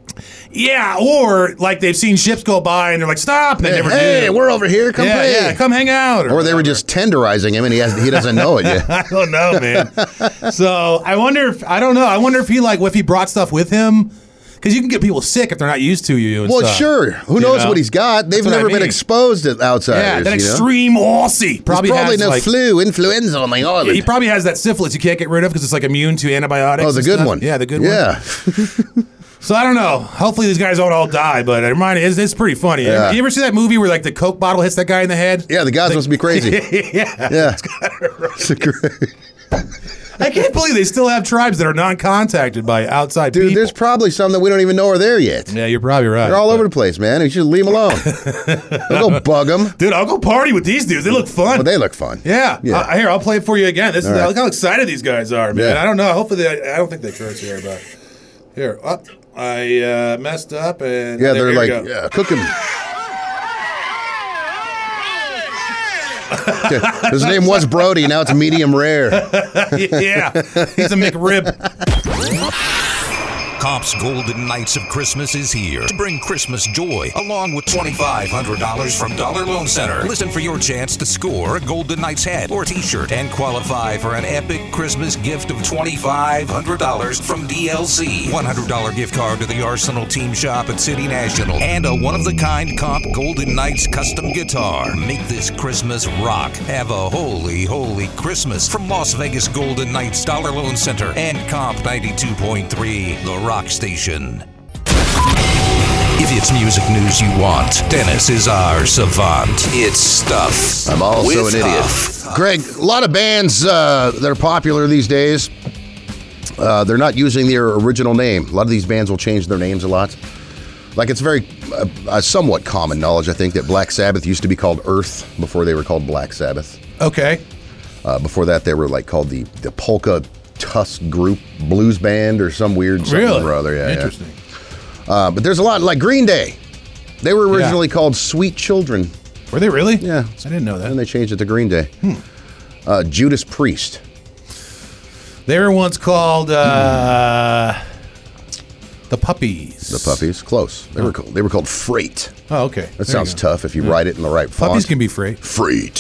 S6: Yeah, or like they've seen ships go by and they're like, "Stop!" And they never
S5: hey,
S6: do.
S5: we're over here. Come
S6: yeah,
S5: play.
S6: yeah, come hang out.
S5: or they were just tenderizing him, and he has he doesn't know it yet.
S6: I don't know, man. so I wonder if I don't know. I wonder if he like if he brought stuff with him because you can get people sick if they're not used to you. and
S5: Well,
S6: stuff.
S5: sure. Who
S6: You
S5: knows
S6: know?
S5: what he's got? They've
S6: That's what I
S5: never been
S6: mean.
S5: exposed to outsiders.
S6: Yeah, that
S5: you know?
S6: extreme Aussie probably,
S5: There's probably
S6: has
S5: no
S6: like,
S5: flu, influenza on the island.
S6: He probably has that syphilis you can't get rid of because it's like immune to antibiotics.
S5: oh, the
S6: and
S5: good
S6: stuff.
S5: one.
S6: Yeah, the good one.
S5: Yeah.
S6: So I don't know. Hopefully these guys don't all die, but it reminded it's, it's pretty funny.
S5: Yeah.
S6: You ever see that movie where like the Coke bottle hits that guy in the head?
S5: Yeah, the guys must be crazy.
S6: yeah.
S5: Yeah. It's a great-
S6: I can't believe they still have tribes that are non-contacted by outside
S5: Dude,
S6: people.
S5: there's probably some that we don't even know are there yet.
S6: yeah, you're probably right.
S5: They're all over the place, man. You should leave them alone. Don't go bug them.
S6: Dude, I'll go party with these dudes. They look fun.
S5: Well, they look fun.
S6: yeah.
S5: Yeah.
S6: I, here, I'll play it for you again. This is
S5: right.
S6: look how excited these guys are, man.
S5: Yeah.
S6: I don't know. Hopefully, they, I don't think they curse here, but here, up. I uh, messed up, and
S5: Yeah,
S6: there-
S5: they're
S6: here we
S5: like
S6: go.
S5: yeah, cooking. Okay, His name was Brody. Now it's medium rare.
S6: yeah, he's a McRib.
S1: Cops Golden Nights of Christmas is here to bring Christmas joy, along with $2,500 from Dollar Loan Center. Listen for your chance to score a Golden Knights hat or t shirt and qualify for an epic Christmas gift of $2,500 from DLC. $100 gift card to the Arsenal team shop at City National and a one of the kind comp Golden Knights custom guitar. Make this Christmas rock. Have a holy, holy Christmas from Las Vegas Golden Knights Dollar Loan Center and Comp 92.3, The Rock Station. If it's music news you want, Dennis is our savant. It's stuff.
S5: I'm also
S1: with
S5: an idiot.
S1: Huff.
S5: Greg, a lot of bands uh, that are popular these days, uh, they're not using their original name. A lot of these bands will change their names a lot. Like it's very uh, uh, somewhat common knowledge, I think, that Black Sabbath used to be called Earth before they were called Black Sabbath.
S6: Okay,
S5: Uh, before that, they were like called the the Polka Tusk Group Blues Band or some weird something
S6: really,
S5: or other. Yeah, yeah.
S6: interesting.
S5: Uh, but there's a lot like Green Day. They were
S6: Yeah.
S5: originally called Sweet Children,
S6: Were they really?
S5: Yeah.
S6: I didn't know
S5: and
S6: that.
S5: they changed it to Green Day.
S6: Hmm.
S5: Uh, Judas Priest.
S6: They were once called uh, the Puppies.
S5: Hmm. The puppies, close. They were called, they were called freight.
S6: Oh, okay. There you
S5: That sounds
S6: go.
S5: tough if you write it in the right font.
S6: Puppies can be Mm-hmm. freight.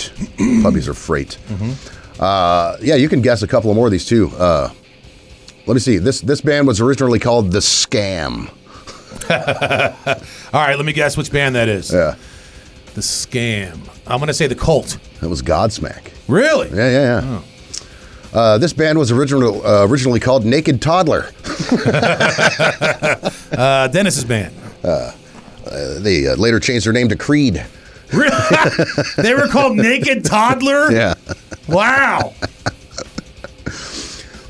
S5: freight. puppies are freight. Uh, yeah, you can guess a couple of more of these too. Uh, let me see. This this band was originally called the Scam.
S6: All right, let me guess which band that is.
S5: Yeah,
S6: The Scam. I'm gonna say the Cult.
S5: that was Godsmack.
S6: Really?
S5: Yeah, yeah, yeah.
S6: Oh.
S5: Uh, this band was original, uh, originally called Naked Toddler.
S6: Uh, Dennis's band.
S5: Uh, They uh, later changed their name to Creed.
S6: Really? they were called Naked Toddler?
S5: Yeah.
S6: Wow. Let's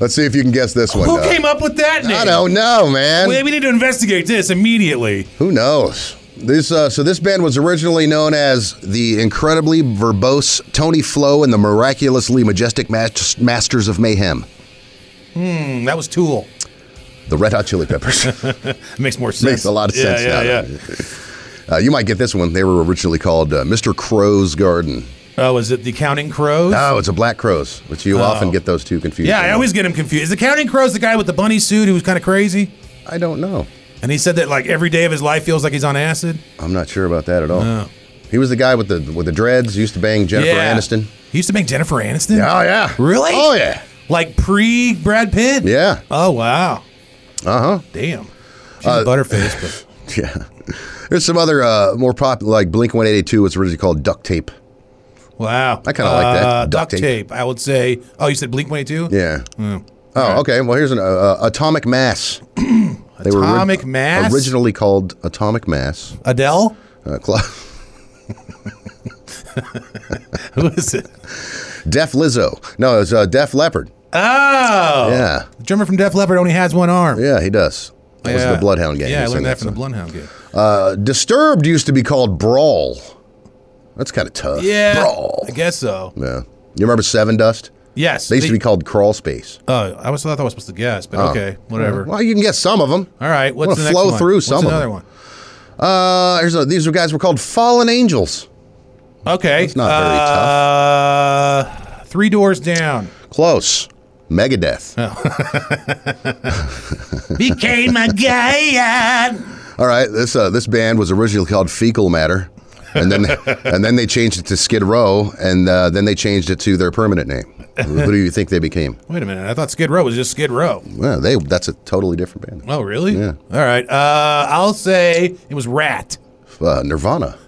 S5: Let's see if you can guess this one.
S6: Who
S5: Uh,
S6: came up with that name?
S5: I don't know, man.
S6: We, we need to investigate this immediately.
S5: Who knows? This uh, so this band was originally known as the incredibly verbose Tony Flo and the miraculously majestic mas- Masters of Mayhem,
S6: Mm, that was Tool.
S5: the Red Hot Chili Peppers.
S6: Makes more sense.
S5: Makes a lot of sense
S6: Yeah,
S5: now.
S6: yeah, yeah.
S5: Uh, you might get this one. They were originally called uh, Mr. Crow's Garden.
S6: Oh, is it the Counting Crows?
S5: Oh, it's a Black Crowes, which you often get those two confused.
S6: Oh. yeah, I always get him confused. Is the Counting Crows the guy with the bunny suit who was kind of crazy?
S5: I don't know.
S6: And he said that like every day of his life feels like he's on acid.
S5: I'm not sure about that at all.
S6: No.
S5: He was the guy with the with the dreads. Used to bang Jennifer
S6: yeah.
S5: Aniston.
S6: He used to make Jennifer Aniston.
S5: Oh yeah.
S6: Really?
S5: Oh yeah.
S6: Like pre Brad Pitt.
S5: Yeah.
S6: Oh wow.
S5: Uh huh.
S6: Damn. She's
S5: Uh,
S6: a butterface, but
S5: Yeah. There's some other uh, more popular like Blink 182. It's originally called Duct Tape.
S6: wow.
S5: I kinda like that.
S6: Uh,
S5: Duct
S6: duct
S5: tape.
S6: tape. I would say. Oh, you said Blink Twenty Two.
S5: Yeah. Oh, okay. Well, here's an uh, uh, Atomic Mass. they were ori-
S6: Atomic Mass?
S5: Originally called Atomic Mass.
S6: Adele.
S5: Uh, cl-
S6: Who is it?
S5: Def Lizzo. No, it's uh, Def Leopard.
S6: Oh.
S5: Yeah.
S6: The drummer from Def Leppard only has one arm.
S5: Yeah, he does. That was
S6: Yeah.
S5: the Bloodhound game.
S6: Yeah, I learned that from the Bloodhound game.
S5: Uh, Disturbed used to be called Brawl. That's kind of tough.
S6: Yeah,
S5: Brawl.
S6: I guess so.
S5: Yeah. You remember Seven Dust?
S6: Yes,
S5: They used to be called Crawl Space.
S6: Oh, I was thought I was supposed to guess, but okay, whatever.
S5: Well, you can get some of them.
S6: All right, what's
S5: Wanna
S6: the next
S5: flow
S6: one?
S5: through
S6: What's
S5: some of
S6: another
S5: them.
S6: one?
S5: Uh, here's a, these were guys were called Fallen Angels.
S6: Okay,
S5: That's not very
S6: tough. Uh, three doors down.
S5: Close. Megadeth.
S6: Became a guy.
S5: All right, this uh, this band was originally called Fecal Matter, and then and then they changed it to Skid Row, and uh, then they changed it to their permanent name. Who do you think they became?
S6: Wait a minute, I thought Skid Row was just Skid Row.
S5: Well, they that's a totally different band.
S6: Oh, really?
S5: Yeah.
S6: All right, uh, I'll say it was Rat.
S5: Uh, Nirvana.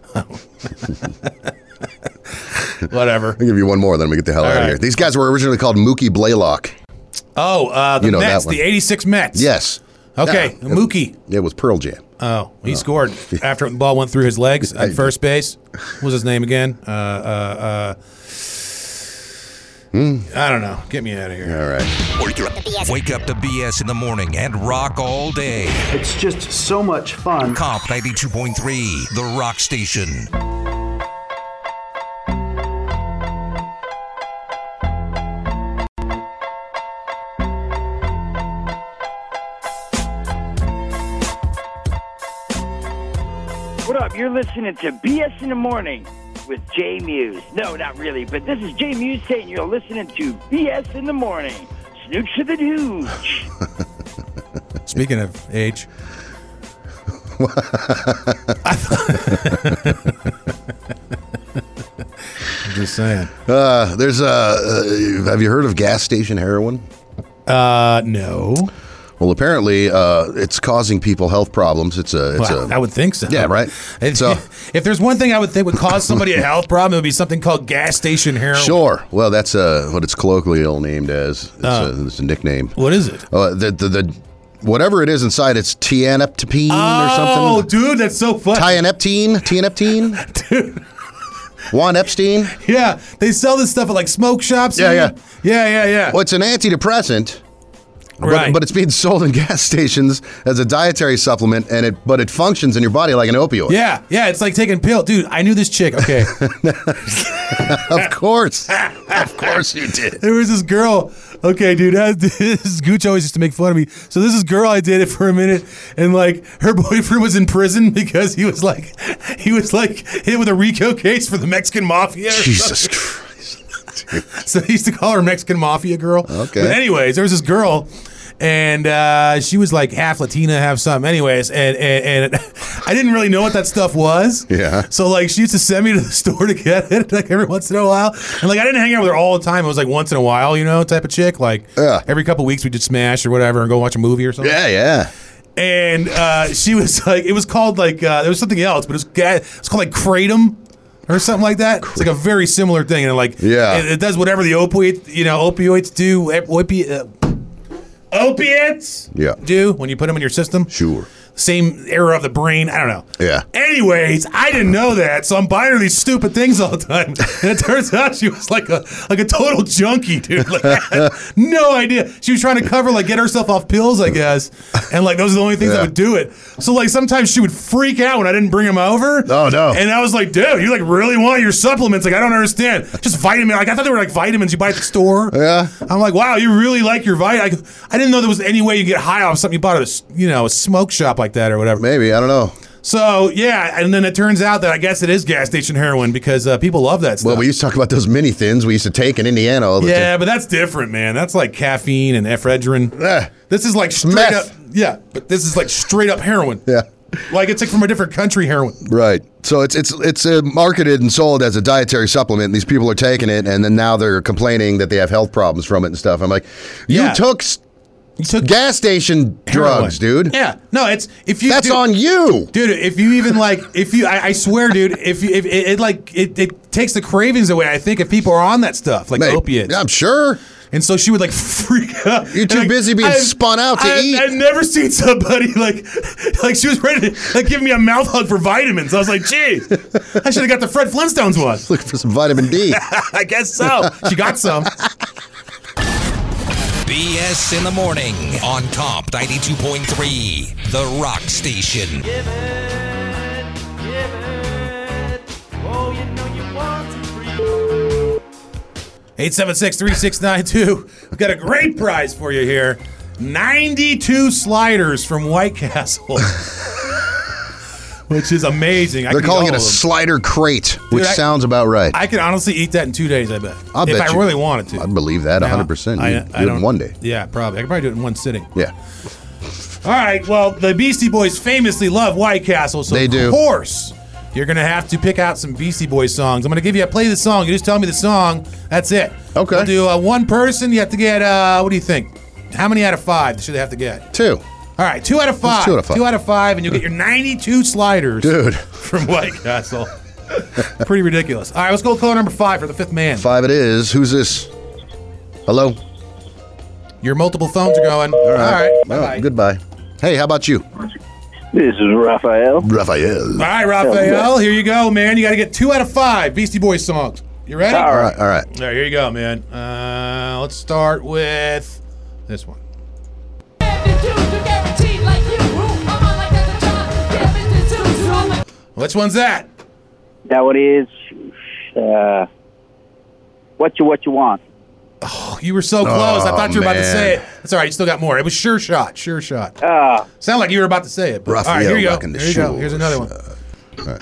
S6: Whatever.
S5: I'll give you one more, then we get the hell out of
S6: right.
S5: here. These guys were originally called Mookie Blaylock.
S6: Oh, uh, the
S5: You know that
S6: Mets,
S5: one.
S6: the '86 Mets.
S5: Yes.
S6: Okay,
S5: Yeah.
S6: Mookie.
S5: It was Pearl Jam.
S6: Oh, he scored after the ball went through his legs at first base. What was his name again? Uh, uh,
S5: Hmm.
S6: uh, I don't know. Get me out of here.
S5: All right.
S1: Wake up to BS in the morning and rock all day.
S9: It's just so much fun.
S1: Comp 92.3, The Rock Station.
S10: What up? You're listening to BS in the Morning with J Muse. No, not really, but this is J Muse saying you're listening to BS in the Morning. Snooch to the dooch.
S6: Speaking of age, I thought- I'm just saying.
S5: Uh, there's Uh, uh, have you heard of gas station heroin?
S6: Uh, no,
S5: Well, apparently, uh, it's causing people health problems. It's a. It's
S6: well,
S5: a
S6: I would think so.
S5: Yeah, right?
S6: If,
S5: So-
S6: if there's one thing I would think would cause somebody a health problem, it would be something called gas station heroin.
S5: Sure. Well, that's uh, what it's colloquially ill named as. It's,
S6: Oh.
S5: a, it's a nickname.
S6: What is it?
S5: Uh, the, the, the, whatever it is inside, it's tianeptine
S6: Oh,
S5: or something.
S6: dude, that's so funny.
S5: Tianeptine? Tianeptine? Juan Epstein?
S6: Yeah, they sell this stuff at like smoke shops.
S5: Yeah,
S6: man. yeah, yeah, yeah.
S5: Well, it's an antidepressant. But,
S6: Right.
S5: but it's being sold in gas stations as a dietary supplement, and it but it functions in your body like an opioid.
S6: Yeah, yeah. It's like taking pill, dude. I knew this chick. Okay,
S5: of course, of course you did.
S6: there was this girl. Okay, dude. I, this Gooch always used to make fun of me. So this is girl I dated for a minute, and like her boyfriend was in prison because he was like, he was like hit with a RICO case for the Mexican mafia.
S5: Jesus Christ!
S6: So he used to call her Mexican Mafia girl.
S5: Okay.
S6: But anyways, there was this girl, and uh, she was like half Latina, half something. Anyways, and and, and I didn't really know what that stuff was.
S5: Yeah.
S6: So like she used to send me to the store to get it like every once in a while, and like I didn't hang out with her all the time. It was like once in a while, you know, type of chick. Like
S5: Yeah.
S6: every couple weeks we would smash or whatever and go watch a movie or something
S5: Yeah, yeah.
S6: and uh, she was like, it was called like uh, there was something else, but it was ga- it's called like kratom or something like that. It's like a very similar thing, and like
S5: Yeah.
S6: it, it does whatever the opioid you know opioids do, op- opi- uh, opiates
S5: Yeah.
S6: do when you put them in your system.
S5: Sure.
S6: same era of the brain. I don't know.
S5: Yeah.
S6: Anyways, I didn't know that, so I'm buying her these stupid things all the time. And it turns out she was like a like a total junkie, dude. Like, I had no idea. She was trying to cover, like, get herself off pills, I guess. And like those are the only things
S5: Yeah.
S6: that would do it. So like sometimes she would freak out when I didn't bring them over.
S5: Oh, no.
S6: And I was like, dude, you like really want your supplements? Like, I don't understand. Just vitamin. Like, I thought they were like vitamins you buy at the store.
S5: Yeah.
S6: I'm like, wow, you really like your vitamin. I, go, I didn't know there was any way you get high off something you bought at a s- you know a smoke shop like that or whatever.
S5: Maybe. I don't know.
S6: So yeah, and then it turns out that I guess it is gas station heroin because uh, people love that stuff.
S5: Well, we used to talk about those mini thins we used to take in Indiana all the
S6: yeah, but that's different, man. That's like caffeine and ephedrine.
S5: time. Eh,
S6: This is like straight
S5: meth.
S6: up. Yeah, but this is like straight up heroin.
S5: Yeah.
S6: Like it's like from a different country heroin.
S5: Right. So it's it's it's uh, marketed and sold as a dietary supplement. and These people are taking it, and then now they're complaining that they have health problems from it and stuff. I'm like, you
S6: Yeah.
S5: took s-
S6: You took
S5: gas station
S6: heroin.
S5: drugs, dude.
S6: Yeah. No, it's if you
S5: That's
S6: do-
S5: on you.
S6: dude if you even like if you i, I swear dude if you if it, it like it, it takes the cravings away i think if people are on that stuff like
S5: Mate,
S6: opiates
S5: I'm sure.
S6: and so she would like freak out
S5: You're
S6: And,
S5: too
S6: like,
S5: busy being
S6: I've-
S5: spun out to
S6: I've-
S5: eat.
S6: i've never seen somebody like like she was ready to like give me a mouth hug for vitamins i was like jeez i should have got the fred flintstones one
S5: Looking for some vitamin D.
S6: i guess so she got some
S1: BS in the morning on Comp 92.3, The Rock Station.
S10: Oh, you know you want to free.
S6: 876-3692. We've got a great prize for you here. 92 sliders from White Castle. Which is amazing. I
S5: They're
S6: could eat
S5: calling
S6: all
S5: it a
S6: of them.
S5: slider crate, which
S6: I-
S5: sounds about right. I,
S6: I could honestly eat that in two days, I bet.
S5: I'll
S6: if
S5: bet
S6: I
S5: you-
S6: really wanted to.
S5: would believe that 100%.
S6: I-
S5: You
S6: I
S5: do it in
S6: don't-
S5: one day.
S6: Yeah, probably. I could probably do it in one sitting.
S5: Yeah.
S6: All right. Well, the Beastie Boys famously love White Castle, so
S5: They
S6: of
S5: do.
S6: course you're gonna have to pick out some Beastie Boys songs. I'm gonna give you a play the song. You just tell me the song. That's it.
S5: Okay.
S6: We'll do uh, one person. You have to get. Uh, what do you think? How many out of five should they have to get?
S5: Two.
S6: All right, two out of five.
S5: two out of five.
S6: and you'll get your 92 sliders
S5: Dude.
S6: from White Castle. Pretty ridiculous. All right, let's go with caller number five for the fifth man.
S5: Five it is. Who's this? Hello?
S6: Your multiple phones are going. All right.
S5: Oh,
S6: Bye-bye.
S5: goodbye. Hey, how about you?
S4: This is Raphael.
S5: Raphael.
S6: All right, Raphael, here you go, man. You got to get two out of five Beastie Boys songs. You ready?
S5: All right, all right.
S6: There, here you go, man. Uh, let's start with this one. Which one's that?
S10: That one is, uh, what you what you want.
S6: Oh, you were so close. I
S5: Oh,
S6: thought you were about to
S5: man.
S6: say it. That's all right. You still got more. It was sure shot. Sure shot.
S10: Uh,
S6: Sound like you were about to say it. But, all right,
S5: Raphael
S6: here you go.
S5: rocking the
S6: Here you go.
S5: shoes.
S6: Here's another one.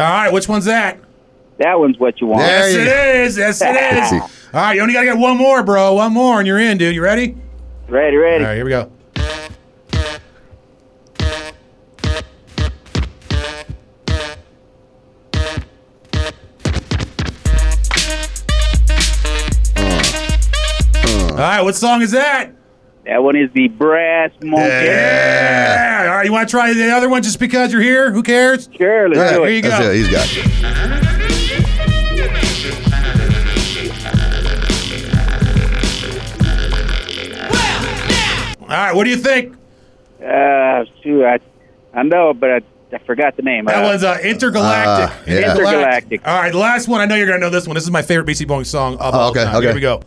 S6: All right, which one's that?
S10: that one's what you want.
S5: There
S6: Oh, Yes,
S5: you
S6: it
S5: go.
S6: is. Yes, it is. All right, you only got to get one more, bro. One more, and you're in, dude. You ready?
S10: Ready, ready.
S6: All right, here we go. All right, what song is that?
S10: That one is the brass monkey.
S6: Yeah. All right, you want to try the other one just because you're here? Who cares?
S10: Sure, let's
S5: All right,
S10: do
S6: here
S10: it.
S6: you go.
S5: That's it. He's got it.
S6: All right, what do you think?
S10: Uh, shoot, I, I know, but I, I forgot the name.
S6: That
S10: Uh,
S6: one's uh, Intergalactic.
S5: Uh, yeah.
S10: Intergalactic.
S6: All right, last one. I know you're going to know this one. This is my favorite BC Boeing song of all
S5: Oh, okay,
S6: time.
S5: okay.
S6: Here we go.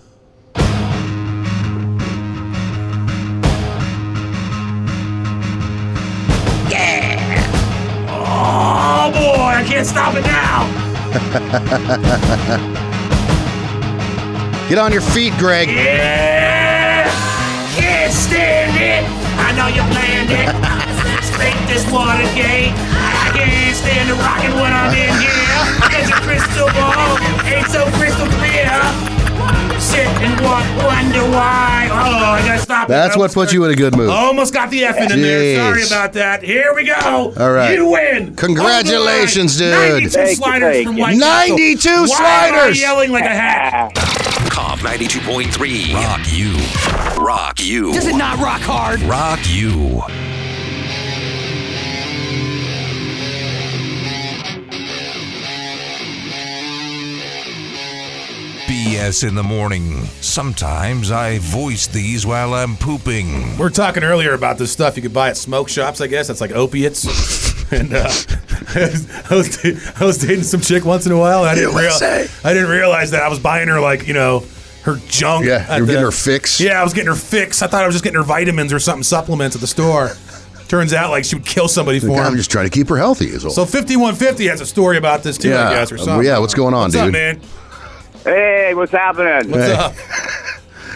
S6: Yeah. Oh, boy. I can't stop it now.
S5: Get on your feet, Greg.
S6: Yeah. Can't stand it. I know you planned it. Think this Watergate. I can't stand the rocking when I'm in here. Cause your crystal ball ain't so crystal clear. Sit and wa- wonder why. Oh, I gotta stop. it.
S5: That's what puts you in a good mood.
S6: Almost got the F in, in there. Sorry
S5: Jeez.
S6: about that. Here we go.
S5: All right.
S6: You win.
S5: Congratulations,
S6: Over the line.
S5: dude.
S6: 92
S10: Thank you,
S6: sliders
S10: thank
S6: from
S10: you.
S6: White Castle.
S5: 92
S6: Why am I
S5: sliders.
S6: yelling like a hack?
S1: Comp 92.3. Rock you. Rock you. Does it not rock hard? Rock you. BS in the morning. Sometimes I voice these while I'm pooping.
S6: We are talking earlier about this stuff you could buy at smoke shops, I guess. That's like opiates. and uh, I, was da- I was dating some chick once in a while, and I didn't, real-
S5: USA.
S6: I didn't realize that I was buying her, like, you know, her junk.
S5: Yeah,
S6: at
S5: you were
S6: the-
S5: getting her fix.
S6: Yeah, I was getting her fix. I thought I was just getting her vitamins or something, supplements at the store. Turns out, like, she would kill somebody for
S5: I'm
S6: them.
S5: just trying to keep her healthy. Is all.
S6: So 5150 has a story about this, too, I
S5: Yeah.
S6: guess, or
S5: Uh,
S6: something.
S5: yeah, what's going on,
S6: What's
S5: dude?
S6: up, man?
S11: Hey, what's happening?
S6: What's up?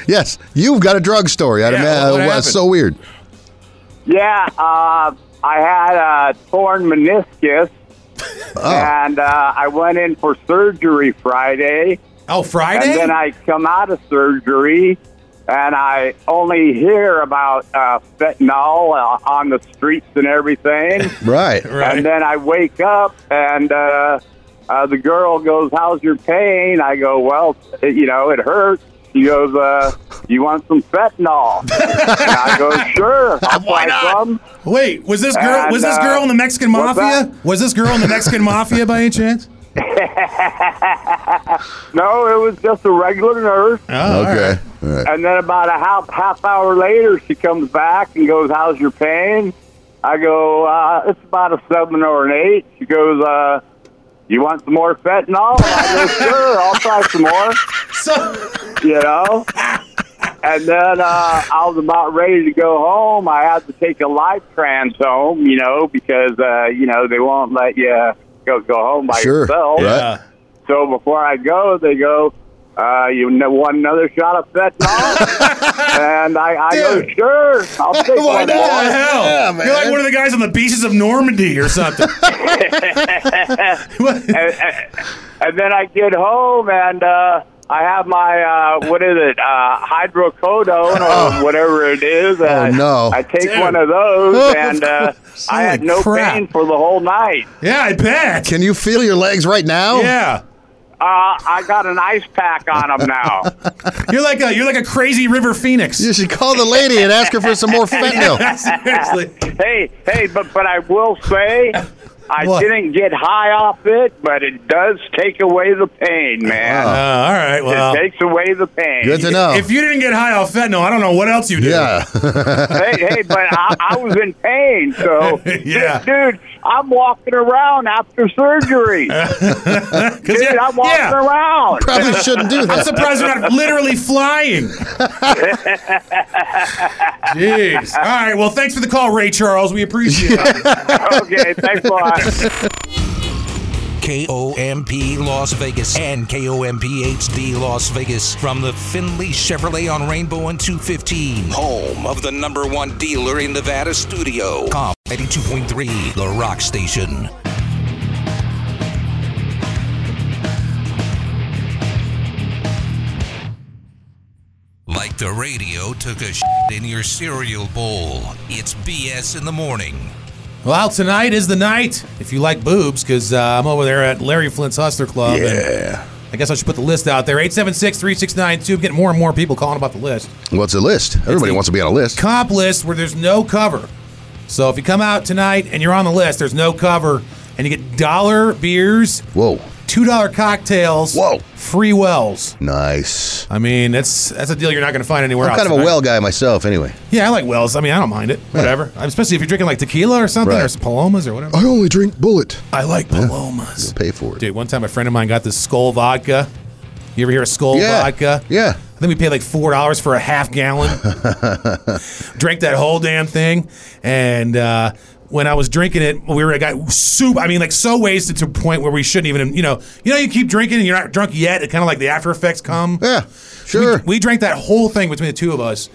S5: yes, you've got a drug story. I'd
S6: Yeah,
S5: ima-
S6: what
S5: uh,
S6: happened?
S5: so weird.
S11: Yeah, uh, I had a torn meniscus,
S5: Oh,
S11: and uh, I went in for surgery Friday.
S6: Oh, Friday?
S11: And then I come out of surgery, and I only hear about uh, fentanyl uh, on the streets and everything.
S5: Right.
S6: Right.
S11: And then I wake up, and uh, uh, the girl goes, "How's your pain?" I go, "Well, it, you know, it hurts." She goes, uh, "You want some fentanyl?" and I go, "Sure, I'll buy some."
S6: Wait, was this girl? was this
S11: And, uh,
S6: girl in the Mexican
S11: what's
S6: mafia? Was this girl in the Mexican mafia by any chance?
S11: No, it was just a regular nurse.
S6: Oh, all right.
S5: okay. All right.
S11: And then about a half half hour later, she comes back and goes, "How's your pain?" I go, uh, "It's about a seven or an eight. She goes, uh, "You want some more fentanyl?" I go, "Sure, I'll try some more."
S6: So,
S11: you know. And then uh, I was about ready to go home. I had to take a life trans home, you know, because uh, you know they won't let you go go home by
S5: Sure.
S11: yourself.
S5: Right.
S6: uh,
S11: So before I go, they go, uh, "You kn- want another shot of fentanyl?" and I, I go,
S5: Dude.
S11: "Sure, I'll take one more."
S5: not?
S6: the hell?
S5: Yeah, man.
S6: You're like one of the guys on the beaches of Normandy or something. What?
S11: and, and then I get home and uh, I have my uh, what is it uh, hydrocodone or whatever it is. Oh I,
S5: no.
S11: I take
S6: Dude.
S11: one of those and uh, I
S6: Holy
S11: had no
S6: crap.
S11: pain for the whole night.
S6: yeah, I bet.
S5: Can you feel your legs right now?
S6: Yeah,
S11: Uh, I got an ice pack on them now.
S6: you're like a you're like a crazy river phoenix.
S5: You should call the lady and ask her for some more fentanyl.
S6: Seriously.
S11: hey, hey, but but I will say. I
S6: What?
S11: didn't get high off it, but it does take away the pain,
S6: Uh,
S11: man.
S6: all right. Well,
S11: it takes away the pain.
S5: Good to know.
S6: if you didn't get high off fentanyl, I don't know what else you did.
S5: yeah.
S11: hey, hey, but I, I was in pain, so
S6: Yeah.
S11: dude, I'm walking around after surgery.
S6: because
S11: Dude, I'm walking around.
S5: Probably shouldn't do
S6: I'm
S5: that.
S6: surprised we're not literally flying. Jeez. All right. Well, thanks for the call, Ray Charles. We appreciate it.
S11: Okay, thanks a lot.
S1: KOMP Las Vegas and KOMP HD Las Vegas from the Finley Chevrolet on Rainbow and 215. Home of the number one dealer in Nevada studio. Comp 82.3, The Rock Station. Like the radio took a shit in your cereal bowl. It's BS in the morning.
S6: Well, tonight is the night if you like boobs, because uh, I'm over there at Larry Flint's Hustler Club. Yeah. I guess I should put the list out there 876 3692. Getting more and more people calling about the list.
S5: What's a list? Everybody
S6: the-
S5: wants to be on a list.
S6: comp list where there's no cover. So if you come out tonight and you're on the list, there's no cover, and you get dollar beers,
S5: Whoa.
S6: two dollar cocktails,
S5: Whoa.
S6: free wells.
S5: Nice.
S6: I mean, that's that's a deal you're not going to find anywhere
S5: I'm
S6: else.
S5: kind of a
S6: tonight.
S5: well guy myself, anyway.
S6: Yeah, I like wells. I mean, I don't mind it. Whatever. Especially if you're drinking like tequila or something, or
S5: Right.
S6: some palomas or whatever.
S5: only drink Bullet.
S6: I like palomas.
S5: Pay for it.
S6: Dude, one time a friend of mine got this skull vodka. You ever hear of skull
S5: yeah.
S6: vodka?
S5: Yeah.
S6: I think we paid like four dollars for a half gallon. Drank that whole damn thing, and uh, when I was drinking it, we were I got soup. I mean, like so wasted to a point where we shouldn't even. You know, you know, you keep drinking and you're not drunk yet. It kind of like the after effects come.
S5: Yeah. Sure.
S6: We, we drank that whole thing between the two of us,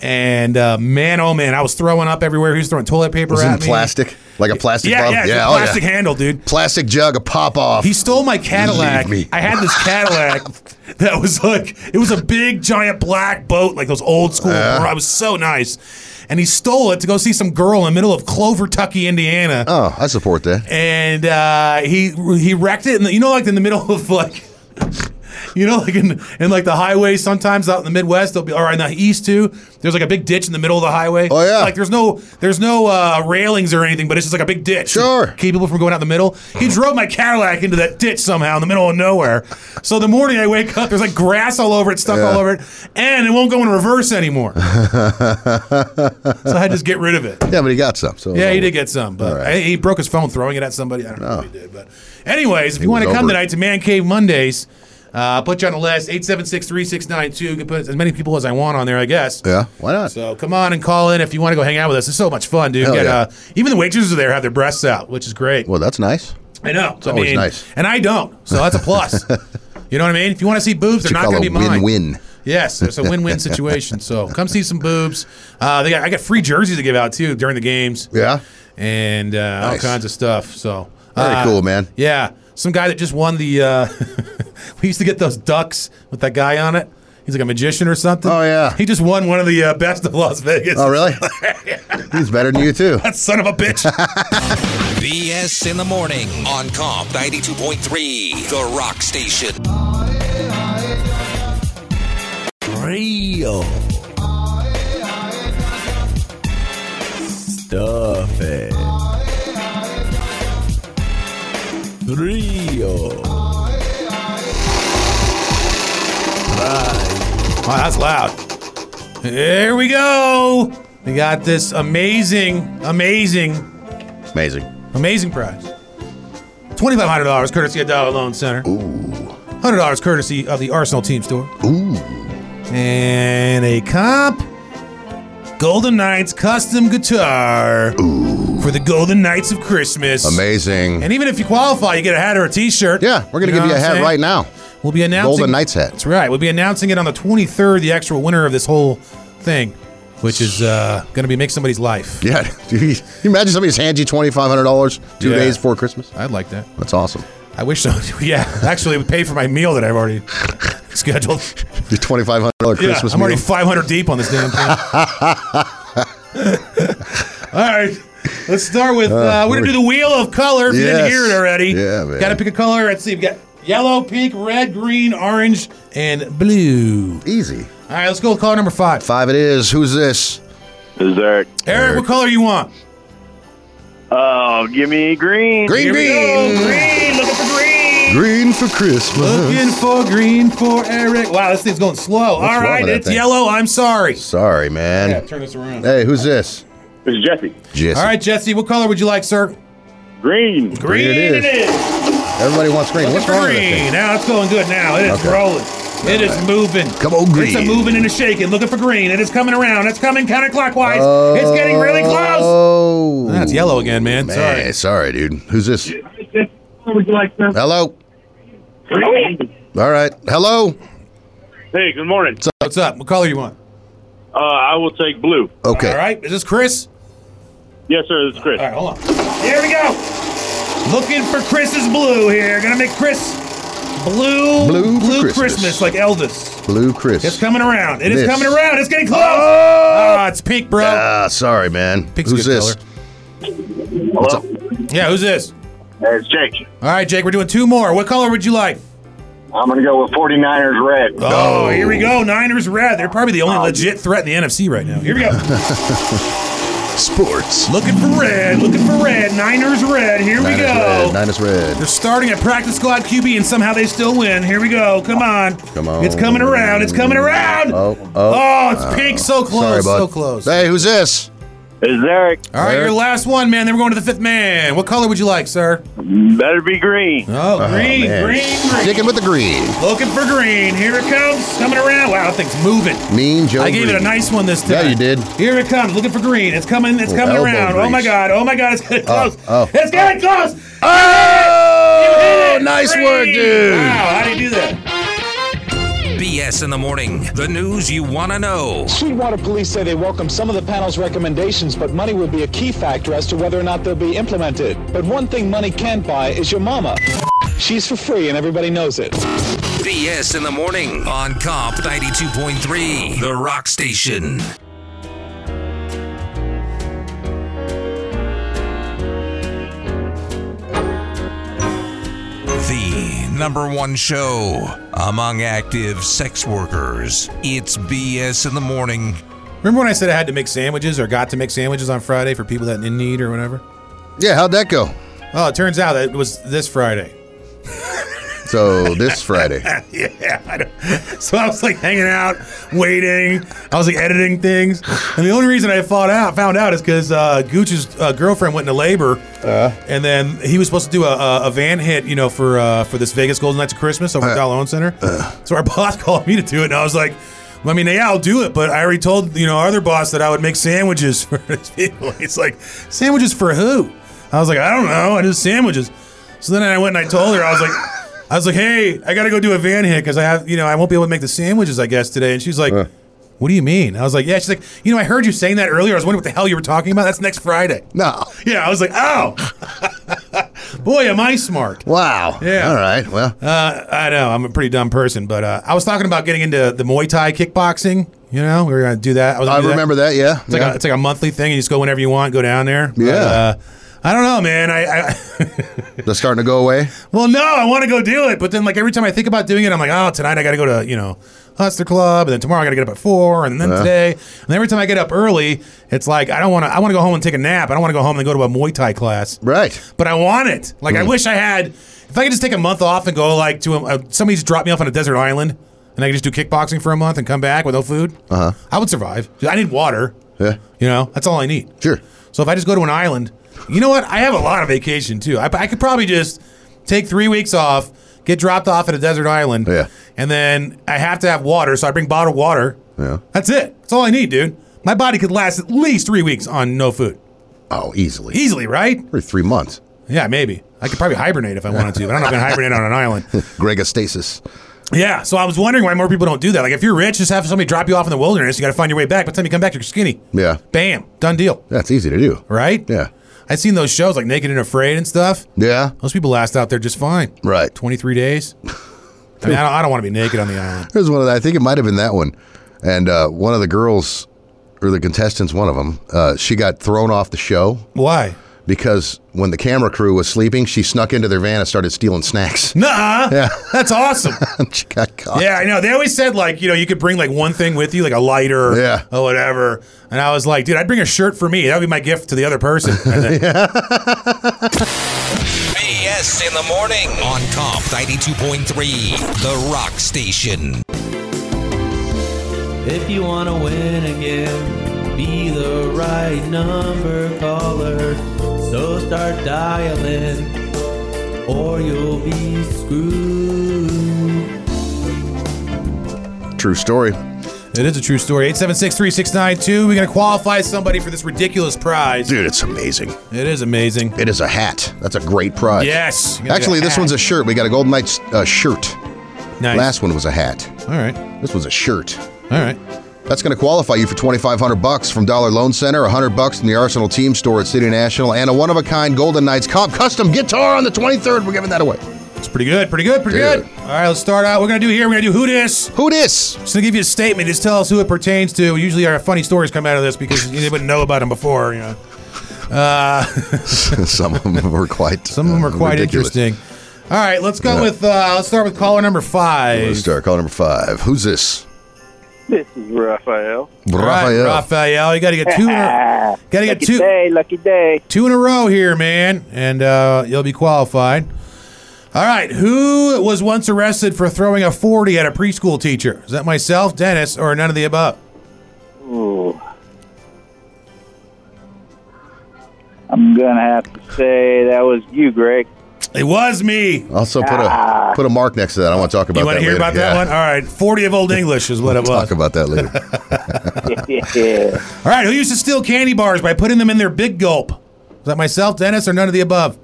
S6: and uh, man, oh man, I was throwing up everywhere. He was throwing toilet paper
S5: was
S6: at
S5: it in
S6: me.
S5: plastic? Like a plastic
S6: Yeah,
S5: bottle?
S6: yeah, it's a
S5: oh,
S6: plastic handle, dude.
S5: Plastic jug, a pop off.
S6: He stole my Cadillac.
S5: Leave me.
S6: I had this Cadillac that was like it was a big giant black boat, like those old school.
S5: Uh.
S6: I was so nice, and he stole it to go see some girl in the middle of Clover, Tucky, Indiana,
S5: oh, I support that.
S6: and uh, he he wrecked it. And you know, like in the middle of like. You know, like in, in like the highway, sometimes out in the Midwest, they'll be or in the East too. There's like a big ditch in the middle of the highway. Oh yeah, like there's no there's no uh, railings or anything, but it's just like a big ditch. Sure, keep people from going out the middle. He drove my Cadillac into that ditch somehow in the middle of nowhere. So the morning I wake up, there's like grass all over it, stuff all over it, and it won't go in reverse anymore.
S5: so
S6: I just get rid of it.
S5: Yeah, but he got some. So
S6: Yeah, he did get some, but I- he broke his phone throwing it at somebody. I don't know what he did, but anyways, if you want to
S5: was
S6: come
S5: over it.
S6: tonight to Man Cave Mondays, uh, put you on the list 876-3692. You can put as many people as I want on there, I guess.
S5: Yeah, why not?
S6: So come on and call in if you want to go hang out with us. It's so much fun, dude.
S5: Hell
S6: Get,
S5: yeah.
S6: uh, even the waitresses are there have their breasts out, which is great.
S5: Well, that's nice.
S6: I know. It's
S5: always nice.
S6: And I don't, so that's a plus. you know what I mean? If you want to see boobs, they're
S5: You
S6: not
S5: call
S6: going to be
S5: a
S6: mine.
S5: win-win.
S6: Yes, it's a win-win situation. So come see some boobs. Uh, they got I got free jerseys to give out too during the games.
S5: Yeah,
S6: and uh, all kinds of stuff. So
S5: Very
S6: uh,
S5: cool, man.
S6: Yeah, some guy that just won the. Uh, we used to get those ducks with that guy on it. He's like a magician or something. Oh yeah, he just won one of the uh, best of Las Vegas.
S5: Oh, really? He's better than you too.
S6: that son of a bitch.
S1: BS in the morning on Comp 92.3, The Rock Station.
S12: Real stuff it. Real.
S6: Wow, that's loud. Here we go. We got this amazing, amazing,
S5: Amazing.
S6: amazing prize. Twenty-five hundred dollars, courtesy of Dollar Loan Center. Ooh. Hundred dollars, courtesy of the Arsenal Team Store.
S5: Ooh.
S6: And a comp Golden Knights custom guitar for the Golden Knights of Christmas.
S5: Amazing.
S6: And even if you qualify, you get a hat or a T-shirt. Yeah,
S5: We're gonna give you a hat right now.
S6: We'll be announcing
S5: Golden Knights hat.
S6: That's right. We'll be announcing it on the 23rd, the actual winner of this whole thing, which is uh, going to be make somebody's life.
S5: Yeah, dude, you imagine somebody's hand you twenty five hundred dollars two
S6: Yeah.
S5: days before Christmas.
S6: I'd like that.
S5: That's awesome.
S6: I wish so. yeah, actually, it would pay for my meal that I've already scheduled.
S5: Your twenty five hundred dollar
S6: Yeah,
S5: Christmas
S6: I'm already
S5: meal.
S6: 500 deep on this damn thing. All right. Let's start with uh,
S5: Uh,
S6: we're gonna do the wheel of color. If you didn't
S5: Yes.
S6: hear it already,
S5: Yeah, man.
S6: gotta pick a color. Let's see. We got yellow, pink, red, green, orange, and blue.
S5: Easy.
S6: All right, let's go with color number five.
S5: Five it is. Who's this?
S13: Who's Eric?
S6: Eric, what color you want?
S13: Oh, give me green.
S6: Here we go. Green. Looking for green.
S5: Green for Christmas.
S6: Looking for green for Eric. Wow, this thing's going slow.
S5: What's
S6: All
S5: wrong
S6: right,
S5: with that
S6: it's
S5: thing?
S6: yellow. I'm sorry.
S5: Sorry, man.
S6: Yeah, turn this around.
S5: Hey, who's this?
S13: This is Jesse.
S5: Jesse.
S6: All right, Jesse, what color would you like, sir?
S13: Green.
S6: Green
S5: it is.
S6: it is.
S5: Everybody wants green.
S6: Looking
S5: What's
S6: for
S5: wrong with that
S6: green.
S5: thing?
S6: Now it's going good. Now it is
S5: Okay.
S6: rolling. It is moving.
S5: Come on, green.
S6: It's a moving and a shaking. Looking for green. It is coming around. It's coming counterclockwise. it's getting really close.
S5: Oh,
S6: that's yellow again, man.
S5: Sorry, sorry, dude. Who's this? Hello. All right. Hello.
S14: Hey, good morning.
S5: What's up?
S6: What's up? What color you want?
S14: Uh, I will take blue.
S5: Okay.
S6: All right. Is this Chris?
S14: Yes, sir. This is Chris.
S6: All right. Hold on. Here we go. Looking for Chris's blue here. Gonna make Chris blue,
S5: Blue for
S6: blue
S5: Christmas.
S6: Christmas like Elvis.
S5: Blue Chris.
S6: It's coming around. It is
S5: This.
S6: coming around. It's getting close.
S5: Oh.
S6: Ah, it's pink, bro.
S5: Ah, sorry, man.
S6: Pink's a
S5: Who's
S6: good
S5: this? What's up?
S6: Yeah, who's this?
S15: It's Jake.
S6: All right, Jake, we're doing two more. What color would you like?
S15: I'm going to go with 49ers red.
S6: Oh, here we go. Niners red. They're probably the only
S5: Oh.
S6: legit threat in the NFC right now. Here we go.
S5: Sports.
S6: Looking for red. Looking for red. Niners red. Here we
S5: Niners
S6: go.
S5: red. Niners red.
S6: They're starting at practice squad QB, and somehow they still win. Here we go. Come on.
S5: Come on.
S6: It's coming around. It's coming around.
S5: Oh, oh.
S6: Oh, it's pink. So
S5: Sorry,
S6: close.
S5: bud.
S6: So close.
S5: Hey, who's this?
S13: Is Eric.
S6: All right, your last one, man. Then we're going to the fifth man. What color would you like, sir?
S13: Better be green.
S6: Oh, green,
S5: man.
S6: green, green.
S5: Sticking with the green.
S6: Looking for green. Here it comes. Coming around. Wow, that thing's moving.
S5: Mean Joe.
S6: I gave it a
S5: Green.
S6: nice one this time.
S5: Yeah, you did.
S6: Here it comes. Looking for green. It's coming. It's
S5: Oh,
S6: coming
S5: elbow
S6: around. Oh my
S5: grease.
S6: god. Oh my god. It's getting
S5: Oh,
S6: close.
S5: oh.
S6: It's getting close.
S5: Oh, nice work, dude.
S6: Wow. How do you do that?
S1: BS in the morning, the news you want to know.
S16: Sweetwater police say they welcome some of the panel's recommendations, but money will be a key factor as to whether or not they'll be implemented. But one thing money can't buy is your mama. She's for free and everybody knows it.
S1: BS in the morning on Comp 92.3, The Rock Station. The number one show among active sex workers. It's BS in the morning.
S6: Remember when I said I had to make sandwiches or got to make sandwiches on Friday for people that didn't need or whatever?
S5: Yeah, how'd that go?
S6: Well, it turns out it was this Friday.
S5: So this Friday.
S6: yeah. I don't- so I was like hanging out, waiting. I was like editing things, and the only reason I found out found out is because uh, Gooch's uh, girlfriend went into labor, and then he was supposed to do a, a, a van hit, you know, for uh, for this Vegas Golden Knights of Christmas over at Dollar Loan Center. so our boss called me to do it, and I was like. I mean, yeah, I'll do it, but I already told you know our other boss that I would make sandwiches for these people. He's like, sandwiches for who? I was like, I don't know, I just sandwiches. So then I went and I told her, I was like, I was like, hey, I got to go do a van hit because I have, you know, I won't be able to make the sandwiches, I guess, today. And she's like, what do you mean? I was like, yeah. She's like, you know, I heard you saying that earlier. I was wondering what the hell you were talking about. That's next Friday.
S5: No.
S6: Yeah. I was like, oh, boy, am I smart.
S5: Wow.
S6: Yeah.
S5: All right. Well,
S6: uh, I know I'm a pretty dumb person, but uh, I was talking about getting into the Muay Thai kickboxing. You know, we were going to do that. was gonna
S5: I
S6: do
S5: remember that, yeah.
S6: It's, Like
S5: Yeah.
S6: a, it's like a monthly thing. You just go whenever you want, go down there. But,
S5: Yeah.
S6: uh, I don't know, man. I, I
S5: that's starting to go away.
S6: well, no, I want to go do it, but then like every time I think about doing it, I'm like, oh, tonight I got to go to you know Hustler Club, and then tomorrow I got to get up at four, and then
S5: Yeah.
S6: today, and every time I get up early, it's like I don't want to. I want to go home and take a nap. I don't want to go home and go to a Muay Thai class.
S5: Right. Hmm.
S6: But I want it. Like I wish I had. If I could just take a month off and go like to a, uh, somebody just drop me off on a desert island, and I could just do kickboxing for a month and come back with no food,
S5: Uh huh.
S6: I would survive. I need water.
S5: Yeah.
S6: You know, that's all I need.
S5: Sure.
S6: So if I just go to an island, you know what? I have a lot of vacation too. I, I could probably just take three weeks off, get dropped off at a desert island, yeah. and then I have to have water, so I bring bottled water.
S5: Yeah.
S6: That's it. That's all I need, dude. My body could last at least three weeks on no food.
S5: Oh, easily.
S6: Easily, right?
S5: For three months.
S6: Yeah, maybe. I could probably hibernate if I wanted to, but I'm not going to hibernate on an island.
S5: Gregostasis.
S6: Yeah, so I was wondering why more people don't do that. Like, if you're rich, just have somebody drop you off in the wilderness. You got to find your way back. By the time you come back, you're skinny.
S5: Yeah.
S6: Bam, done deal.
S5: That's easy to do.
S6: Right?
S5: Yeah.
S6: I've seen those shows like Naked and Afraid and stuff.
S5: Yeah.
S6: Those people last out there just fine.
S5: Right.
S6: 23 days. I mean, I don't, I don't want to be naked on the island.
S5: There's one of that. I think it might have been that one. And uh, one of the girls, or the contestants, one of them, uh, she got thrown off the show.
S6: Why?
S5: Because when the camera crew was sleeping, she snuck into their van and started stealing snacks.
S6: Nuh-uh.
S5: Yeah.
S6: That's awesome.
S5: she got caught.
S6: Yeah, I know. They always said, like, you know, you could bring, like, one thing with you, like a lighter
S5: Yeah.
S6: or whatever. And I was like, dude, I'd bring a shirt for me. That would be my gift to the other person. And then-
S1: BS in the morning on Comp 92.3, The Rock Station.
S12: If you want to win again, be the right number caller. So start dialing, or you'll be screwed.
S5: True story.
S6: It is a true story. 876 3692. We're going to qualify somebody for this ridiculous prize.
S5: Dude, it's amazing.
S6: It is amazing.
S5: It is a hat. That's a great prize.
S6: Yes. You're gonna get
S5: Actually,
S6: a
S5: this
S6: hat.
S5: one's a shirt. We got a Golden Knights uh, shirt.
S6: Nice.
S5: Last one was a hat.
S6: All right.
S5: This one's a shirt.
S6: All right.
S5: That's going to qualify you for 2500 bucks from Dollar Loan Center, 100 bucks from the Arsenal team store at City National, and a one-of-a-kind Golden Knights comp custom guitar on the 23rd. We're giving that away.
S6: It's pretty good. Pretty good. Pretty
S5: Dude.
S6: good. All right, let's start out. We're going to do here. We're going to do Who Dis.
S5: Who Dis.
S6: Just going to give you a statement. Just tell us who it pertains to. Usually our funny stories come out of this because you wouldn't know about them before, you know. Uh,
S5: Some of them were quite. uh, Some
S6: of them are quite interesting. all right, let's go
S5: Yeah.
S6: with, uh, let's start with caller number five.
S5: Let's start call number five. Who's this?
S17: This is Raphael.
S6: All right,
S5: Raphael.
S6: Raphael, you got to get two. in a- gotta get
S17: lucky
S6: two.
S17: Day, lucky day.
S6: two in a row here, man, and uh, you'll be qualified. All right, who was once arrested for throwing a 40 at a preschool teacher? Is that myself, Dennis, or none of the above?
S17: Ooh. I'm gonna have to say that was you, Greg.
S6: It was me.
S5: Also put a put a mark next to that. I want to talk about
S6: You
S5: that.
S6: want to hear
S5: later.
S6: about that
S5: Yeah.
S6: one? All right, 40 of Old English is what it
S5: Talk
S6: was.
S5: about that later.
S6: All right, who used to steal candy bars by putting them in their big gulp? Is that myself, Dennis, or none of the above?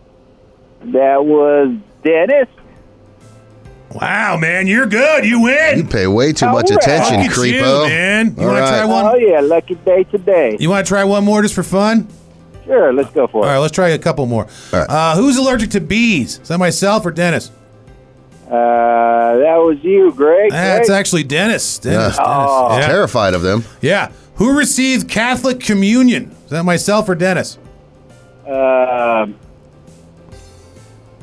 S17: That was Dennis.
S6: Wow, man, you're good. You win.
S5: You pay way too much
S17: Alright.
S5: attention,
S6: Oh, Look at you,
S5: creepo.
S6: man. You
S5: All
S6: wanna
S5: right.
S6: try one?
S17: Oh yeah, lucky day today.
S6: You want to try one more just for fun?
S17: Sure, let's go
S6: All
S17: for
S6: right,
S17: it.
S6: let's try a couple more. Uh, who's allergic to bees? Is that myself or Dennis?
S17: Uh, that was you, Greg.
S6: That's
S17: Greg? Oh,
S6: actually Dennis. Dennis.
S5: Yeah. Oh,
S6: Dennis. Yeah.
S5: Terrified of them.
S6: Yeah. Who received Catholic communion? Is that myself or Dennis?
S17: Um,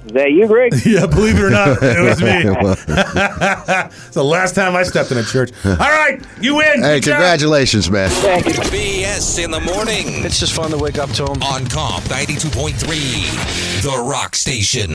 S17: Is that you, Greg?
S6: yeah, believe it or not, it was me. it's the last time I stepped in a church. All right, you win.
S5: Hey,
S6: Good job.
S5: congratulations, man.
S1: BS in the morning. It's just fun to wake up to 'em. On Comp 92.3, The Rock Station.